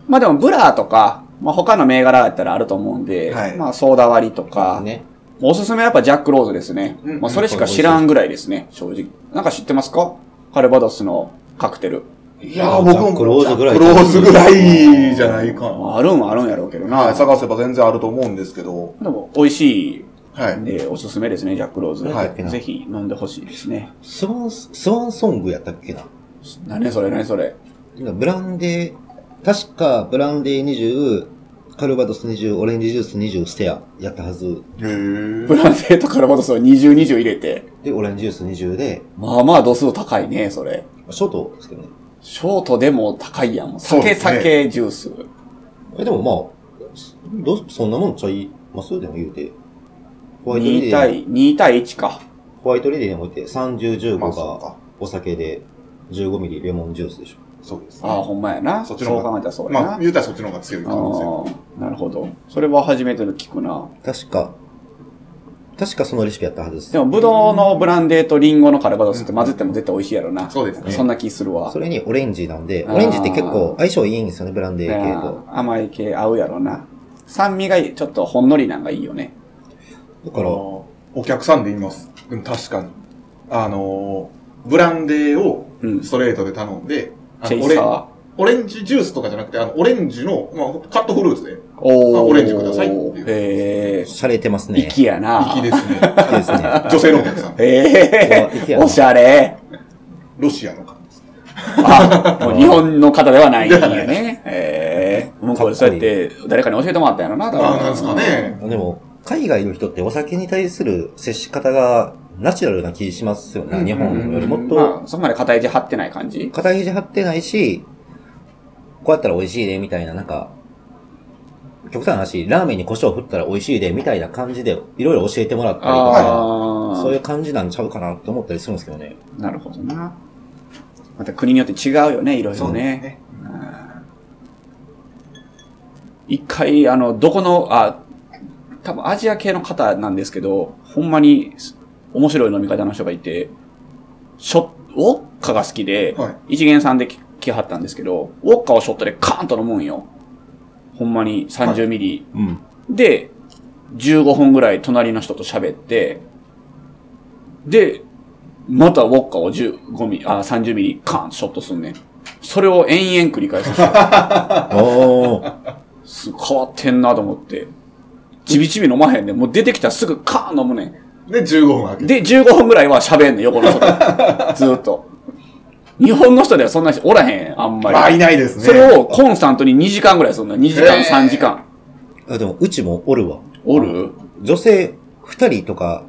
S2: まあでも、ブラーとか、まあ他の銘柄だったらあると思うんで、
S1: はい
S2: まあソーダ割りとか、
S3: ね。
S2: おすすめはやっぱジャックローズですね。
S1: うん
S2: まあそれしか知らんぐらいですね、正直。なんか知ってますかカルバドスのカクテル。
S1: いやー、僕も。
S3: クローズぐらい
S1: クローズぐらいじゃないか
S2: ま
S1: な。
S2: ああるんはあるんやろうけど
S1: は
S2: な。
S1: い、探せば全然あると思うんですけど。
S2: でも、美味しい、
S1: はい。
S2: えーおすすめですね、ジャックローズ。
S1: はい
S2: ぜひ飲んでほしいですね。
S3: スワン、スワンソングやったっけな
S2: 何それ何それ。
S3: なんかブランデー、確かブランデー20、カルバドス20、オレンジジュース20、ステアやったはず。
S1: へー
S2: ブランデーとカルバドスを20、20入れて。
S3: で、オレンジジュース20で、
S2: まあまあ度数高いね、それ。
S3: ショートですけどね。
S2: ショートでも高いやん。
S1: そう
S2: 酒、
S1: ですね
S2: 酒、ジュース。
S3: え、でもまあ、そどうそんなもんちゃいますでも言うて。ホワイトリ
S2: 2
S3: レー、
S2: 対、2対1か。
S3: ホワイトリレーにおいて30、
S1: まあ、
S3: 15
S1: そう
S3: が
S1: か。
S3: お酒で、15ミリレモンジュースでしょ。
S1: そうです、
S2: ああ、ほんまやな。
S1: そ
S2: そ
S1: っ
S2: う
S1: ちの方が
S2: 考えたらそうやな。
S1: まあ、言うたらそっちの方が強い
S2: あ
S1: 可
S2: あ
S1: 能性
S2: ー、なるほど。それは初めての聞くな。
S3: 確か、確かそのレシピやったはずです
S2: で。も、ブドウのブランデーとリンゴのカルバドスって混ぜても絶対美味しいやろな。
S1: そうですね
S2: そんな気するわ
S3: そ。れにオレンジなんで、
S2: あー
S3: オレンジって結構相性いいんですよね、ブランデー系と。
S2: うん甘い系合うやろな。酸味がいいちょっとほんのりなんかいいよね。
S3: だ
S1: あ
S3: から、
S1: のお客さんで言います。でも確かに。あのー、ブランデーを
S2: うん。
S1: ス
S2: チ
S1: トレートで頼んで、あの
S2: ェイ
S1: オ
S2: サ
S1: レ
S2: ー。
S1: オレンジジュースとかじゃなくて、あの、オレンジの、まあ、カットフルーツで、
S2: お
S1: まあオレンジくださいっていう
S2: え
S3: 洒落てます
S2: え
S3: ね。
S2: 粋やな。
S1: 粋ですね。
S3: いい ですね。
S1: 女性のお客さん。
S2: え
S3: これは
S2: え
S3: 粋やな
S2: おしゃれ。
S1: ロシアの方です。
S2: あ、もう日本の方ではないんやね。ええもうこれそうやって誰かに教えてもらったんやろな、多分
S1: ああ、なんですか。ね。
S3: でも、海外の人ってお酒に対する接し方がナチュラルな気しますよね。
S1: うん
S3: 日本よりもっと、
S2: まあ、そこまで肩肘張ってない感じ
S3: 肩肘張ってないし、こうやったら美味しいで、みたいな、なんか、極端な話、ラーメンに胡椒振ったら美味しいで、みたいな感じで、いろいろ教えてもらったりとか、
S2: ああ、
S3: そういう感じなんちゃうかなと思ったりするんですけどね。
S2: なるほどな。また国によって違うよね、いろいろね。うん一回、あの、どこの、あ、多分アジア系の方なんですけど、ほんまに面白い飲み方の人がいて、ショッ、ウォッカが好きで、
S1: はい
S2: 一元さんで来来はったんですけど、ウォッカをショットでカーンと飲むんよ。ほんまに30ミリ。
S3: うん。
S2: で、15分ぐらい隣の人と喋って、で、またウォッカを15ミリ、あ、30ミリカーンショットすんねん。それを延々繰り返す。
S3: おー。
S2: す変わってんなと思って。ちびちび飲まへんねん。もう出てきたらすぐカーン飲むねん。
S1: で、15分開けて。
S2: で、15分ぐらいは喋んねん、横の人と。 ずっと。日本の人ではそんな人おらへん、あんまり。
S1: まあ、いないですね。
S2: それをコンスタントに2時間ぐらいすんの。2時間、
S1: へー
S2: 3時間。
S3: あでも、うちもおるわ。
S2: おる
S3: 女性2人とか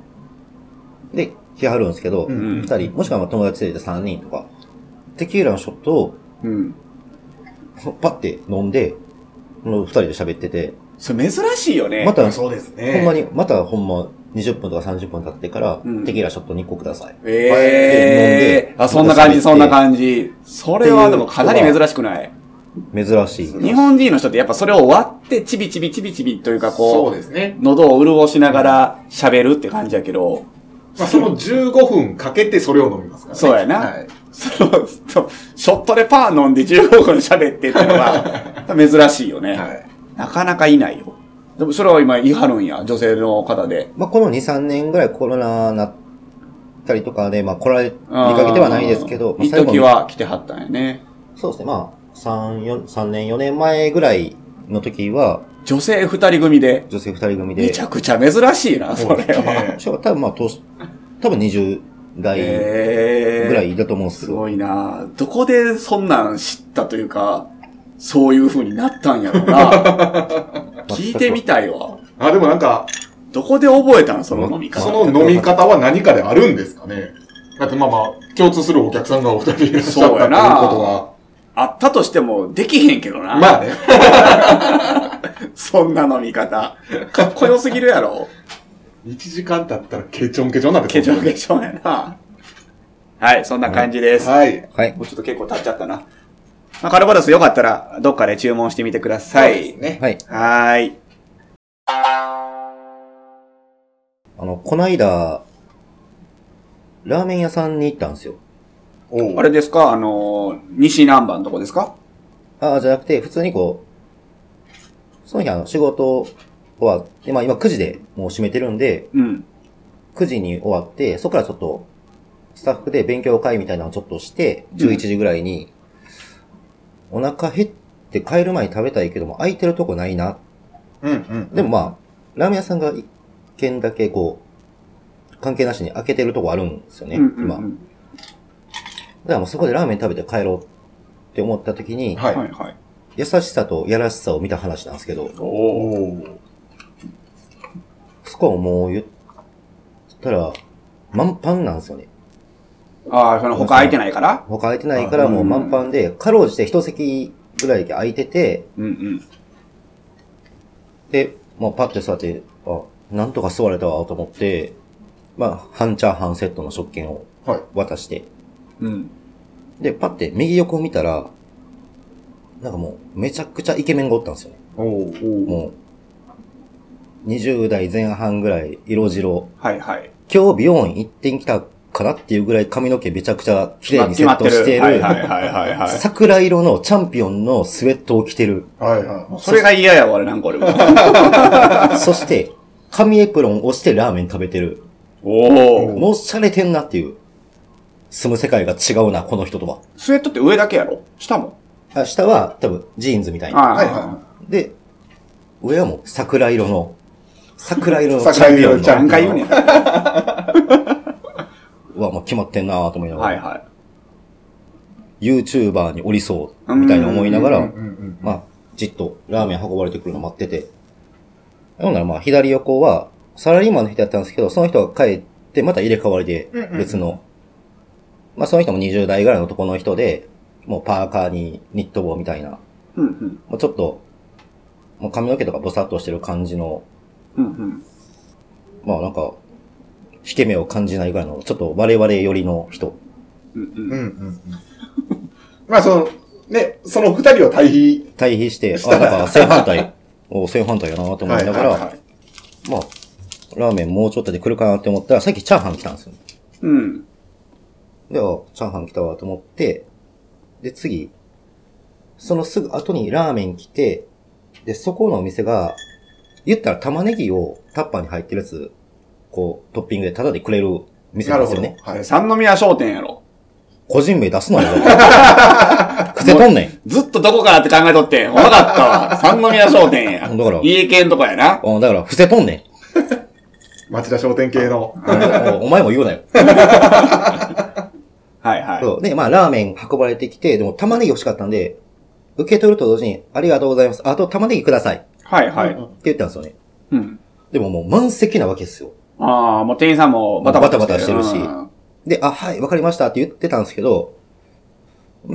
S3: で来はるんですけど、
S1: う
S3: 二
S1: ん
S2: うん。
S3: 2人、もしくはまあ友達連れて3人とか、テキーラのショットを
S2: うん。
S3: パッて飲んで、もう2人で喋ってて、
S2: それ珍しいよね。
S3: また、
S1: そうですね。
S3: ほんまに、またほんま20分とか30分経ってから、
S2: うん
S3: テキーラショット2個ください。
S2: ええ
S3: 飲んで
S2: あ、そんな感じ、
S3: また
S2: そ
S3: 喋って
S2: んな感じ。それはでもかなり珍しくない。
S3: 珍しい。
S2: 日本人の人ってやっぱそれを割って、チビチビチビチビというか
S1: そ
S2: こ
S1: う
S2: う、
S1: ですね。
S2: 喉を潤しながら喋るって感じやけど、
S1: まあ、その15分かけてそれを飲みますからね。
S2: そうやな
S1: はい。
S2: その、そうショットでパー飲んで15分喋ってっていうの が、珍しいよね、
S1: はい
S2: なかなかいないよ。でもそれは今言い張るんや、女性の方で。
S3: まあ、この2、3年ぐらいコロナなったりとかで、まあ、来られ、見かけてはないですけど、
S2: うん
S3: まあ、
S2: 一
S3: 最後
S2: 時
S3: に
S2: は来てはったんやね。
S3: そうですね、まあ、3、4、3年、4年前ぐらいの時は、
S2: 女性二人組で、
S3: 女性2人組で、
S2: めちゃくちゃ珍しいな、そ
S1: そ
S2: れ
S1: うです
S2: は。
S1: ね
S3: しかも多分まあ、当時多分20代ぐ
S2: ええ
S3: らいだと思うんです
S2: す
S3: けど、
S2: ごいなどこでそんなん知ったというか、そういう風になったんやろう な聞いてみたいわ。
S1: あ、でもなんか、
S2: どこで覚えたんその飲み
S1: そ
S2: 方。
S1: の飲み方は何かであるんですかね。だってまあまあ、共通するお客さんがお二人いらっしゃったという
S2: そう
S1: こ
S2: や
S1: と
S2: な
S1: は。
S2: あったとしても、できへんけどな。
S1: まあ ね。
S2: そんな飲み方。かっこよすぎるやろ。
S1: 1時間経ったらケチョンケチョンになって
S2: ケチョンケチョンやな。はい、そんな感じです。
S1: はい。
S3: はい。
S2: もうちょっと結構経っちゃったな。まあ、カルバドスよかったら、どっかで注文してみてくださ
S1: そうで
S2: い
S1: す。ね。
S3: はい。
S2: はーい。
S3: あの、こないだ、ラーメン屋さんに行ったんですよ。
S1: おう
S2: あれですかあのー、西南波のとこですか
S3: ああ、じゃなくて、普通にこう、その日あの、仕事終わって、まあ今9時でもう閉めてるんで、
S2: うん。
S3: 9時に終わって、そこからちょっと、スタッフで勉強会みたいなのをちょっとして、
S2: うん
S3: 11時ぐらいに、お腹減って帰る前に食べたいけども、空いてるとこないな。
S1: うんうん。
S3: でもまあ、ラーメン屋さんが一軒だけこう、関係なしに開けてるとこあるんですよね、
S2: うんうんうん
S3: 今。だからもうそこでラーメン食べて帰ろうって思った時に、
S1: はい。
S2: はいはい。
S3: 優しさとやらしさを見た話なんですけど、
S1: おお。
S3: そこはもう言ったら、満パンなんですよね。
S2: ああ、その他空いてないから
S3: 他空いてないからもう満パンで、かろうじて一席ぐらい空いてて、
S2: うんうん。
S3: で、まあパッて座って、あ、なんとか座れたわと思って、まあ、半チャーハンセットの食券を
S1: はい
S3: 渡して、
S2: うん。
S3: で、パッて右横を見たら、なんかもう、めちゃくちゃイケメンがおったんですよね。
S1: おお。
S3: もう、20代前半ぐらい、色白。
S2: はいはい。
S3: 今日美容院行ってきたかなっていうぐらい髪の毛めちゃくちゃ綺麗にセ
S2: 決ま
S3: ッ
S2: っ
S3: トしてて
S2: る。
S3: る。
S2: はいはいはいはい はい。
S3: 桜色のチャンピオンのスウェットを着てる。
S1: はいはい。
S2: それが嫌やわ、俺なんか俺 も。
S3: そして、紙エプロンをしてラーメン食べてる。
S2: おお。
S3: もう洒落てんなっていう。住む世界が違うな、この人とは。
S2: スウェットって上だけやろ下も。
S3: あ下は多分ジーンズみたいな。
S2: ああ。
S1: はいは
S3: で、上はもう桜色の、桜色 のチ
S1: 桜
S3: ャンピオ
S1: 色
S3: ン
S1: のチャンピオ
S3: の。
S2: 何回言うねん。は
S3: うわ、もう決まってんなと思いながら、
S2: いは
S3: YouTuber におりそう、みたいな思いなが
S1: うん
S3: ら
S1: う、んうん。
S3: まあ、じっとラーメン運ばれてくるの待ってて。ほんならまあ、左横は、サラリーマンの人やったんですけど、その人が帰って、また入れ替わりで
S1: うんうん、
S3: 別の。まあ、その人も20代ぐらいの男の人で、もうパーカーにニット帽みたいな、
S2: い。うんうん。
S3: もうちょっと、もう髪の毛とかボサッとしてる感じの、
S2: うんうん。
S3: まあなんか、引け目を感じないぐらいの、ちょっと我々寄りの人。
S2: うん
S1: うん
S2: う。
S1: うんんうん。 まあ、その、ね、その二人を対比。
S3: 対比 して、あ、なんか正反対。お正反対やなと思いながら、
S1: はい
S2: はい。
S3: まあ、ラーメンもうちょっとで来るかなって思ったら、さっきチャーハン来たんですよ。
S2: うん。
S3: で、あ、チャーハン来たわと思って、で、次、そのすぐ後にラーメン来て、で、そこのお店が、言ったら玉ねぎをタッパーに入ってるやつ、こう、トッピングでタダでくれる店なんですよね。
S1: はい。
S2: 三宮商店やろ。
S3: 個人名出すなよ。 癖とんねん。
S2: ずっとどこからって考えとってん。わかった わ。三宮商店や。
S3: だから
S2: 家系んとこやな。
S3: あだから、伏せとんねん。
S1: 町田商店系の。
S3: おお前も言うなよ。
S2: はいはい。
S3: そう。で、まあ、ラーメン運ばれてきて、でも玉ねぎ欲しかったんで、受け取ると同時に、ありがとうございます。あと玉ねぎください。って
S2: はいはい。
S3: 言ったんですよね。
S2: うん。
S3: でももう満席なわけですよ。
S2: ああ、もう店員さんもバタバタ
S3: バタバタしてるし
S2: うん
S3: で、あ、はい、わかりましたって言ってたんですけど、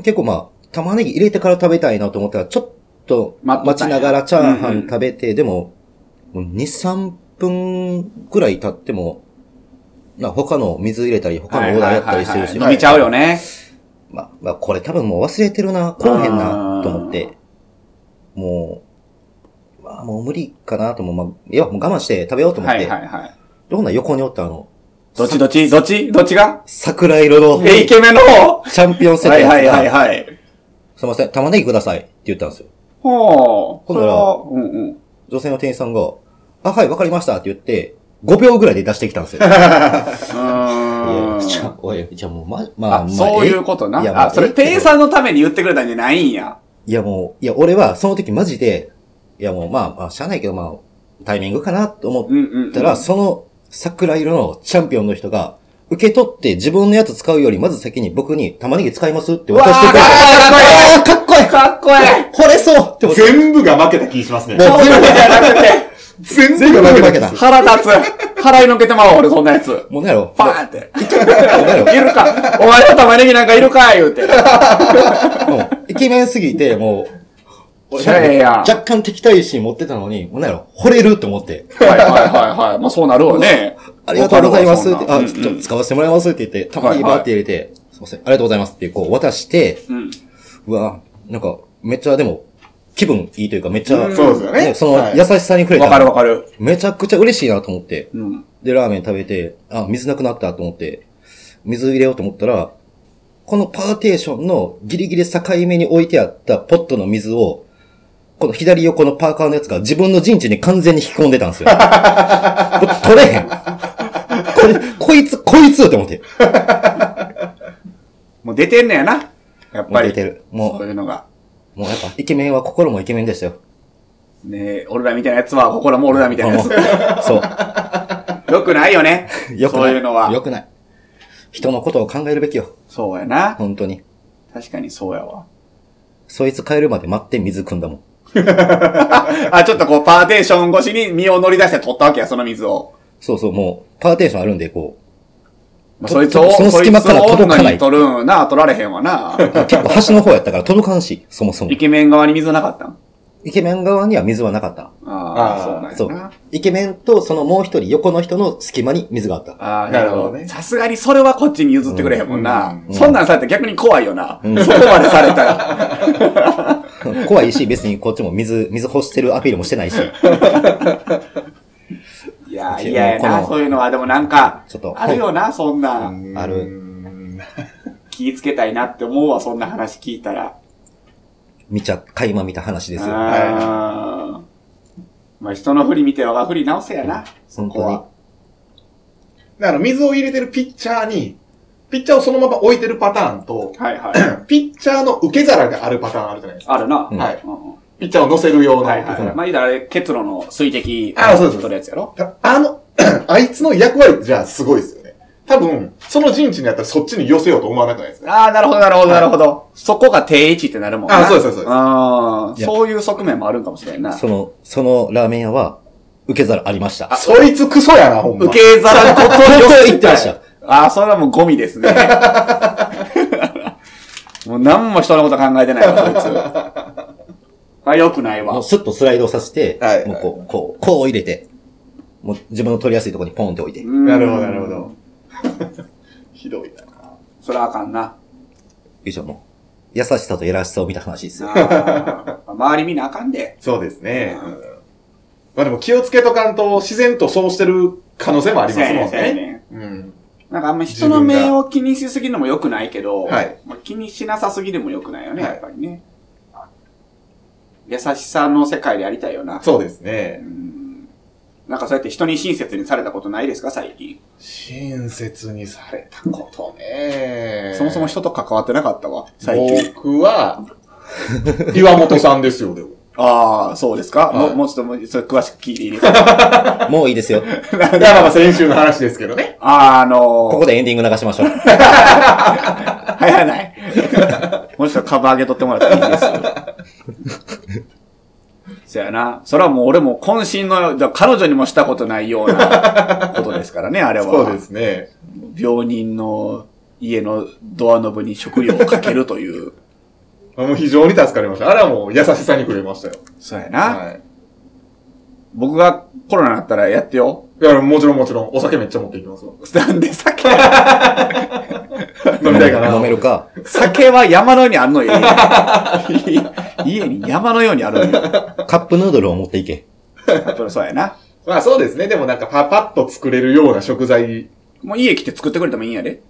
S3: 結構まあ、玉ねぎ入れてから食べたいなと思ったら、ちょっと
S2: 待っとっ
S3: 待
S2: たん
S3: ち
S2: や
S3: ながらチャーハン食べて、でも、もう2、3分くらい経っても、な他の水入れたり、他のオーダーやったりしてる
S2: はいはいはい
S3: し、
S2: はい飲みちゃうよね。
S3: まあ、まあ、これ多分もう忘れてるな、こうへん
S2: あー
S3: な、と思って、もう、まあもう無理かなと思う。まあ、いや、もう我慢して食べようと思っ
S2: は
S3: て、
S2: いはいはい。
S3: どんな横におったあの、
S2: どっちどっちどっちどっちが
S3: 桜色の
S2: え、イ
S3: チ
S2: ケメンの方
S3: ャンピオンセッ
S2: は
S3: ト
S2: い
S3: やつが、
S2: はいはいはい。
S3: すいません、玉ねぎくださいって言ったんですよ。
S2: ほう。
S3: ほんなら
S2: それはうんうん。
S3: 女性の店員さんが、あ、はい、わかりましたって言って、5秒ぐらいで出してきたん ですよ。
S2: うーん。
S3: いやちょおい、じゃあもう、ま、まあ、
S2: あ、
S3: まあ
S2: そういうことな。
S3: えいや、ま
S2: あ、それ店員
S3: ん。
S2: さんのために言ってくれたんじゃないんや。
S3: いや、もう、いや、俺は、その時マジで、いや、もう、まあ、まあ、しゃあないけど、まあ、タイミングかなと思
S2: うんうん。
S3: ったら、その桜色のチャンピオンの人が、受け取って自分のやつ使うより、まず先に僕に玉ねぎ使いますって
S2: わー
S3: 渡してくれ
S2: か
S3: た。かっこいい
S2: かっこいい
S3: 惚れそうって思って。
S1: 全部が負けた気しますね。
S3: もう
S2: そう
S3: 全部
S2: じゃなくて、
S1: 全部が負けた気がする。
S2: 腹立つ。払いのけてまうわ俺そんなやつ。
S3: もうなんやろ。
S2: パーンって。
S3: もうなんやろ
S2: いるか。お前の玉ねぎなんかいるか言うて。
S3: もうイケメンすぎて、もう、
S2: いやいや
S3: 若干敵対心持ってたのに、もうなんやろ、惚れると思って、
S2: はいはいはいはい。まあそうなるわね。
S3: ありがとうございますって、
S2: わか
S3: あ、
S2: るわそん
S3: ち
S2: な
S3: ょっと使わせてもらいますって言って、たま
S2: は
S3: に
S2: いはい
S3: バーって入れて、すいません、ありがとうございますってこう渡して、
S2: うんうん。
S3: うわ、なんか、めっちゃでも、気分いいというか、めっちゃ、
S2: うん
S1: そうですよね。
S3: その
S1: はい
S3: 優しさに触れた、
S2: わかるわかる。
S3: めちゃくちゃ嬉しいなと思って、
S2: うん。
S3: で、ラーメン食べて、あ、水なくなったと思って、水入れようと思ったら、このパーテーションのギリギリ境目に置いてあったポットの水を、この左横のパーカーのやつが自分の陣地に完全に引き込んでたんで すよ。もう取れへん。これ、こいつ、こいつって思って。
S2: もう出てんねやな。やっ
S3: も
S2: ぱ
S3: う
S2: り。
S3: 出てる。も
S2: そういうのが。
S3: う、もうやっぱイケメンは心もイケメンでしたよ。
S2: ねえ、俺らみたいなやつは、心も俺らみたいなやつ。
S3: そう。
S2: よく ないよね。
S3: よくない。
S2: そういうのは
S3: よくない。人のことを考えるべきよ。
S2: そうやな。
S3: 本当に。
S2: 確かにそうやわ。
S3: そいつ帰るまで待って水汲んだもん。
S2: あ、ちょっとこう、パーテーション越しに身を乗り出して取ったわけや、その水を。
S3: そうそう、もう、パーテーションあるんで、こ
S2: まあそいつを、
S3: その隙間から
S2: そいつを
S3: 届か
S2: 女
S3: ない
S2: に取るんな、取られへんわ な。
S3: う、結構端の方やったから届かんし、そもそも
S2: イ。ケメン側に水なかったん
S3: イケメン側には水はなかった。
S2: ああ、
S1: あー
S2: そうなん
S3: そ
S2: や
S3: う
S2: な。。
S3: イケメンとそのもう一人横の人の隙間に水が あった。
S2: ああ、
S1: な
S2: なる
S1: る
S2: ほ
S1: ほ
S2: ど
S1: ど
S2: ね。
S1: ね
S2: さすがにそれはこっちに譲ってくれへんもんな。
S3: うん
S2: そんなんされたら逆に怖いよな。
S3: うん
S2: そこまでされたら。
S3: 怖いし、別にこっちも水、水干してるアピールもしてないし。
S2: いや、
S3: う
S2: い
S3: ち
S2: やや
S3: こ
S2: な、
S3: の
S2: そういうのは。でもなんか、
S3: ちょっと
S2: あるよな、そんな。
S3: ある
S1: る。
S2: 気ぃつけたいなって思うわ、そんな話聞いたら。
S3: 見ちゃ、垣間見た話ですよ。本
S2: あーまあ、人の振り見て我が振り直せやな。そこは
S3: 当。
S1: だから水を入れてるピッチャーに、ピッチャーをそのまま置いてるパターンと、
S2: はい はい。
S1: ピッチャーの受け皿があるパターンあるじゃないですか。
S2: あるな。
S3: うん
S1: はい。
S2: うんうん
S1: ピッチャーを乗せる用の
S2: はい
S1: 受け
S2: はい。
S1: 皿。
S2: まあ、言うたらあれ、結露の水滴
S1: あそうそう
S2: 取るやつやろ。
S1: あの、 あいつの役割じゃあすごいですよね。多分、その陣地にあったらそっちに寄せようと思わなくないですか
S2: ああ、なるほど、なるほど、なるほど。そこが定位置ってなるもんな。
S1: あそうですそうです
S2: ああ、
S3: いや
S2: そういう側面もあるんかもしれんな。
S3: に。その、そのラーメン屋は、受け皿ありました。
S1: そいつクソやな、ほんま。
S2: 受け皿ごと
S3: ごと
S2: 寄
S3: 言
S2: せ
S3: って
S2: た
S3: ま
S2: い
S3: した。
S2: ああ、それはもうゴミです ね。もう何も人のこと考えてないわ、こいつ。あ、よくない
S3: もう
S2: わ。
S3: スッとスライドさせて、
S1: はい
S3: もうこう、こう、こう入れて、もう自分の取りやすいところにポンって置いて。
S1: な
S2: な
S1: るほど、なるほ。ど。ひどいな。
S2: それはあかんな。
S3: 以上もう、優しさとやらしさを見た話ですよ。
S2: あー周り見なあかんで。
S1: そうですね。うんまあでも気をつけとかんと自然とそうしてる可能性もありますもん
S2: そうや
S1: ね。
S2: ね
S1: うん。
S2: なんかあんま人の目を気にしすぎるのも良くないけど、
S1: はい
S2: まあ気にしなさすぎるのも良くないよね、
S1: はい
S2: やっぱりね。優しさの世界でやりたいよな。
S1: そうですね。
S2: うんなんかそうやって人に親切にされたことないですか、最近。
S1: 親切にされたことね。
S2: そもそも人と関わってなかったわ、最近。
S1: 僕は、岩本さんですよ、で も。
S2: ああ、そうですか、
S1: はい
S2: もうもうちょっともうそれ詳しく聞いていいですか
S3: もういいですよ。
S1: だからまあ先週の話ですけどね。
S2: あーあのー、
S3: ここでエンディング流しましょう。
S2: 入らない。 もうちょっとカバー上げとってもらっていいですか そやな。それはもう俺も渾身の、じゃあ彼女にもしたことないようなことですから ね、あれは。
S1: そうですね。
S2: 病人の家のドアノブに食料をかける という。
S1: あもう非常に助かりました。あれはもう優しさに触れましたよ。
S2: そうやな。
S1: はい。
S2: 僕がコロナになったらやってよ。
S1: いや、もちろんもちろん、お酒めっちゃ持っていきますよ。
S2: なんで酒、
S1: 飲みたいかな。
S3: 飲めるか。
S2: 酒は山のようにあ んのよ。家に山のようにあるのよ。
S3: カップヌードルを持っていけ。
S2: そりゃそうやな。
S1: まあそうですね。でもなんかパパッと作れるような食材
S2: もう家来て作ってくれてもいいんやで。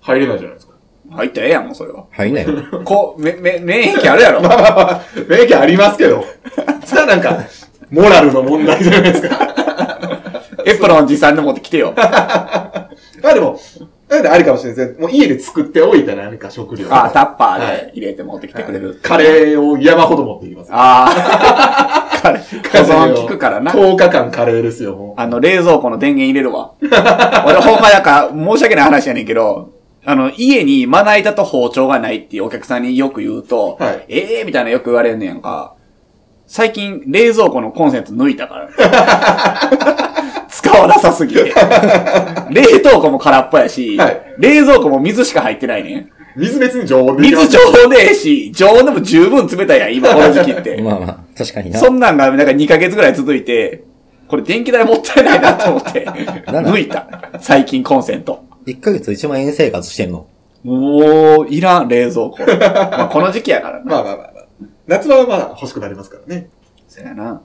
S1: 入れないじゃないですか。
S2: 入ったらええやん、もうそれは。
S3: 入んなよ。
S2: こう、め、め、免疫あるやろ。
S1: 免疫ありますけ ど。それはなんか、モラルの問題じゃないですか。
S2: エプロン持参で持ってきてよ。
S1: まあでも、なんでありかもしれないですね。もう家で作っておいた何か食料。
S2: ああ、タッパ
S1: は
S2: ーで
S1: い
S2: 入れて持ってきてくれる。
S1: カレーを山ほど持っていきます。
S2: ああ、カレー。保存効くからな。
S1: 10日間カレーですよ、もう。
S2: あの、冷蔵庫の電源入れるわ。 俺ほんまなんか、申し訳ない話やねんけど、あの、家にまな板と包丁がないっていうお客さんによく言うと、
S1: はい
S2: ええー、みたいなよく言われんねやんか。最近、冷蔵庫のコンセント抜い たから。使わなさすぎて。冷凍庫も空っぽやし、
S1: はい
S2: 冷蔵庫も水しか入ってないねん。
S1: 水別に常温でいきます
S2: 水常温でええし、常温でも十分冷たいやん、今この時期 って。
S3: まあまあ、確かにな。
S2: そんなんが、なんか2ヶ月ぐらい続いて、これ電気代もったいないなと 思って、
S3: なんだ
S2: 抜いた。最近コンセント。
S3: 1ヶ月1万円生活してんの。
S2: もう、いらん、冷蔵 庫。まあ、この時期やからな。
S1: まあまあまあまあ。夏場はまだ欲しくなりますからね。
S2: そやな。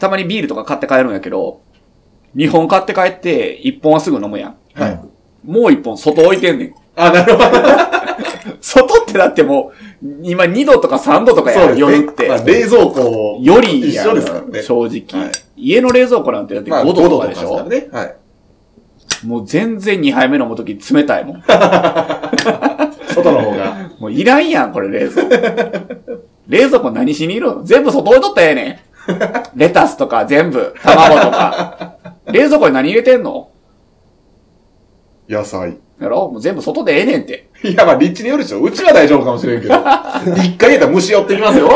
S2: たまにビールとか買って帰るんやけど、2本買って帰って、1本はすぐ飲むやん。
S1: はい。
S2: もう1本外置いてんねん。
S1: あ、なるほど。
S2: 外ってだってもう、今2度とか3度とかやん、夜って。
S1: まあ、冷蔵庫を
S2: よりやん
S1: 一緒ですからね
S2: 正直、
S1: はい
S2: 家の冷蔵庫なんてだって
S1: まあ、
S2: 5
S1: 5
S2: 度
S1: 度とか
S2: とか
S1: で
S2: でし
S1: す
S2: ょ、
S1: からね。はい。
S2: もう全然2杯目飲むとき冷たいもん。
S1: 外の方が。
S2: もういらんやん、これ冷蔵庫。冷蔵庫何しにいるの全部外置いとったらええねん。レタスとか全部、卵とか。冷蔵庫に何入れてんの
S1: 野菜。
S2: やろもう全部外でええね んって。
S1: いや、まあ、立地によるでしょ。うちは大丈夫かもし れんけど。一回やったら虫寄ってきますよ。い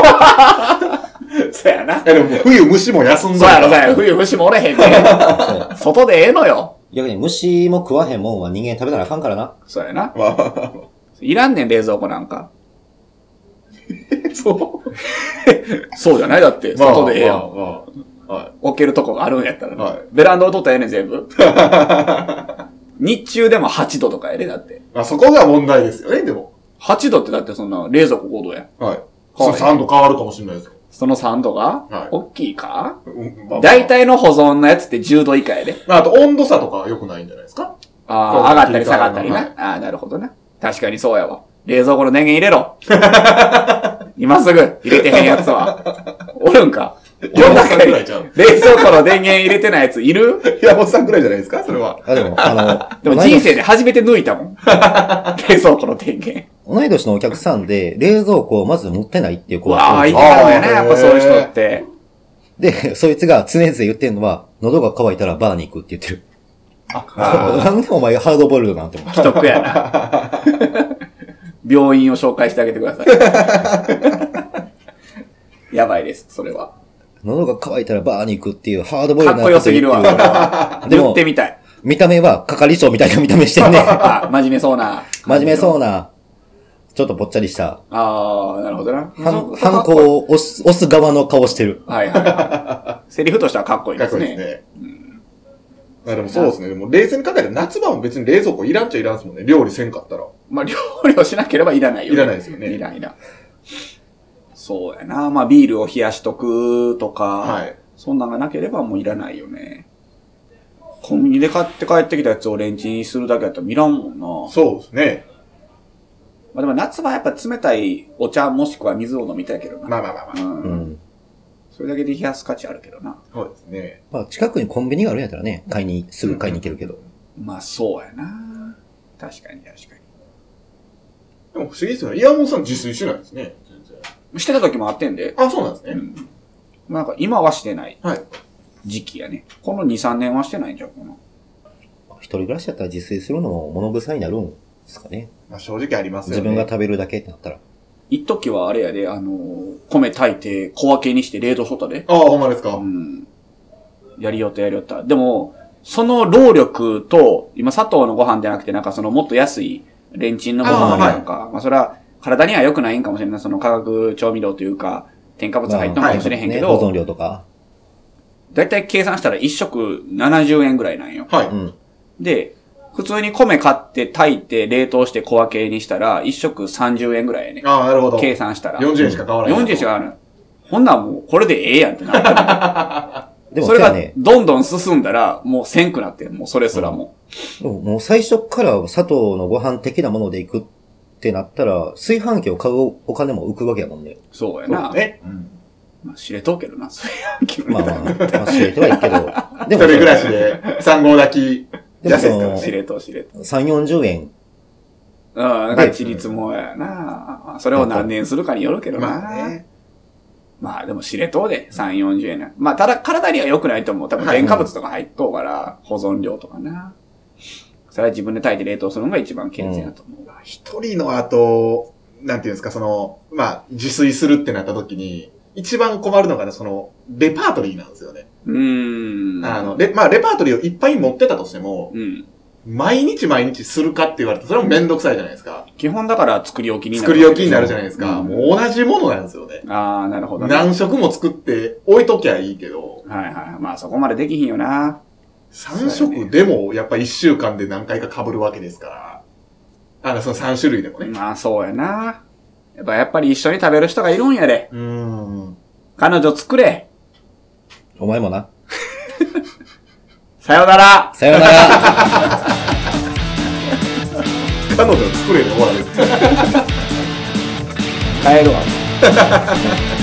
S2: そうやな。
S1: や、でも冬虫も休ん
S2: そうや
S1: だ
S2: ろ、そう
S1: ら。
S2: やろ。冬虫もおれへんね
S3: そうや
S2: ん。外でええのよ。逆
S3: 逆に虫も食わへんもんは人間食べたらあかんからな。
S2: そうやな。
S1: まあまあまあま
S2: いらんねん、冷蔵庫なんか。
S1: あ、そう。
S2: そうじゃないだって、
S1: まあ
S2: 外でええやん。
S1: まあまあはい
S2: 置けるとこがあるんやったらな、
S1: はい
S2: ベランダを取ったらええねん、全部。日中でも8度とかやで、だって。
S1: まあ、そこが問題ですよね、でも。
S2: 8度ってだってそんな冷蔵庫5度やん。
S1: はい。
S2: はい
S1: そう、3度変わるかもしれないですよ。
S2: その3度が、
S1: はい
S2: 大きいか
S1: うんまあまあ
S2: 大体の保存のやつって10度以下やで。
S1: まあ、あと温度差とかは良くないんじゃないですか
S2: あ
S1: そう
S2: あ、上がったり下がったりな。
S1: はい
S2: ああ、なるほどな。確かにそうやわ。冷蔵庫の電源入れろ。 今すぐ入れてへんやつは。おるんか。
S1: 山
S2: 世の
S1: 本さんぐ
S2: 中に
S1: らいちゃう
S2: 冷蔵庫の電源入れてないやついる
S1: 山本さんぐらいじゃないですかそれは。
S3: あ、でも、あ
S2: で
S3: の、
S2: も人生で初めて抜いた もん。冷蔵庫の電源。
S3: 同い年のお客さんで、冷蔵庫をまず持ってないっていう子
S2: わ
S3: が
S2: あ、
S3: い
S2: い
S3: て
S2: たのよね、
S1: あー
S2: やっぱそういう人って。
S3: で、そいつが常々言ってんのは、喉が渇いたらバーに行くって言ってる。
S2: あ
S3: なんでお前ハードボイルドなんて思う。
S2: ー既得やな。病院を紹介してあげてください。やばいです、それは。
S3: 喉が渇いたらバーに行くっていうハードボイル
S2: か
S3: ド
S2: っ
S3: な
S2: こよすぎるわ、それ
S3: わ。
S2: は。
S3: でも
S2: 言ってみたい。
S3: 見た目は係長みたいな見た目してんね。
S2: あ、真面目そうな。
S3: 真面目
S2: う。
S3: そうな、ちょっとぽっちゃりした、
S2: ああ、なるほどな。
S3: ハ
S2: そ
S3: ン
S2: う
S3: ハンコ。を押す、押す側の顔してる。
S2: はいはいはい。セリフとしてはかっこいい
S1: か
S2: で
S1: っこ
S2: す
S1: いいです
S2: ね。
S1: ね。まあでもそうですね。でも冷静に考えたら夏場も別に冷蔵庫いらんっちゃいらんですもんね。料理せんかったら。
S2: まあ、料理をしなければいらないよね。
S1: いらないですよね
S2: いらんいらん。そうやな。まあ、ビールを冷やしとくとか、
S1: はい。
S2: そんなんがなければもういらないよね。コンビニで買って帰ってきたやつをレンチンするだけやったら見らんもんな。
S1: そうですね。
S2: まあでも夏場はやっぱ冷たいお茶もしくは水を飲みたいけどな。
S1: まあまあまあま
S2: うん。
S3: うん。
S2: それだけで冷やす価値あるけどな
S1: あ。。そうですね。
S3: まあ、近くにコンビニがあるんやったらね、買いに、すぐ買いに行けるけど。
S2: まあそうやな。確かに確か
S1: でも不思議ですよね。岩本さん自炊しないですね。全然。
S2: に。してた時もあってんで。
S1: あ、そうなんです
S2: う
S1: ね。
S2: ん。まあなんか今はしてない
S1: はい。
S2: 時期やね。この2、3年はしてないんじゃうかな。
S3: 一人暮らしやったら自炊するのも物臭いになるんですかね。
S1: まあ正直ありますよ
S3: 自
S1: ね。
S3: 分が食べるだけってなったら。
S2: 一時はあれやで、あのー米炊いて小分けにして冷凍しとったで。
S1: ああ、ほんまですか
S2: う。ん。やりよったやりよった。でも、その労力と、今砂糖のご飯じゃなくて、なんかそのもっと安いレンチンのご飯あるやんか。まあそれは体には良くないんかもしれない。その化学調味料というか、添加物入ったのかもしれへんけ
S3: まあね保
S2: ど、
S3: 存量とか。。
S2: だいたい計算したら1食70円ぐらいなんよ。
S1: はいう
S3: ん。
S2: で、普通に米買って炊いて冷凍して小分けにしたら、1食30円ぐらいやね。
S1: ああ、なるほど。
S2: 計算したら。
S1: 40円しか変わらない。
S2: 40円しかある。ほんなんもうこれでええやんってなる。
S3: でも
S2: そ
S3: そ
S2: れ
S3: や
S2: が
S3: ね、
S2: どんどん進んだら、もうせんくなってんもうそれすらも。
S3: でももう最初から佐藤のご飯的なもので行くってなったら、炊飯器を買うお金も浮くわけやもんね。
S2: そうや
S1: そう
S2: な。
S1: ですね。
S2: まあ、知れとうけどな、そういう気分
S3: まあ
S2: だ
S3: まあ、まあ、知れてはいいけど。で
S1: 一
S3: も
S1: 人暮らしで3号炊き、
S3: で
S1: じゃ
S3: も
S1: あ
S3: そ
S1: ですから
S3: の
S2: 知
S1: ね。
S2: れとう、知れとう。
S3: 3、40円。
S2: うん、なんか一律もやな。まあそれを何年するかによるけどな。 ま
S1: ま
S2: あ、
S1: あね。
S2: でも知れとうで、3、40円な。まあ、ただ体には良くないと思う。多分添加物とか入っとうから、保存量とかな。それは自分で炊いて冷凍するのが一番健全だと思うわ。
S1: 一人の後、なんていうんですか、その、まあ、自炊するってなった時に、一番困るのがね、その、レパートリーなんですよね。
S2: うーん。
S1: あの、レ、まあ、レパートリーをいっぱい持ってたとしても、
S2: うん。
S1: 毎日毎日するかって言われたら、それもめんどくさいじゃないですか。
S2: 基本だから作り置きになる。
S1: 作り置きになるじゃないですか。
S2: うん
S1: もう同じものなんですよね。
S2: ああ、なるほどね。
S1: 何食も作って置いときゃいいけど、
S2: はいはい。まあそこまでできひんよな。
S1: 3食でもやっぱ1週間で何回か被るわけですから。あの、その3種類でもね。
S2: まあそうやな。やっぱやっぱり一緒に食べる人がいるんやで。
S1: うーん。
S2: 彼女作れ。
S3: お前もな。
S2: さよなら。
S3: さようなら。
S1: 彼女作れる終わる。
S2: 帰るわ。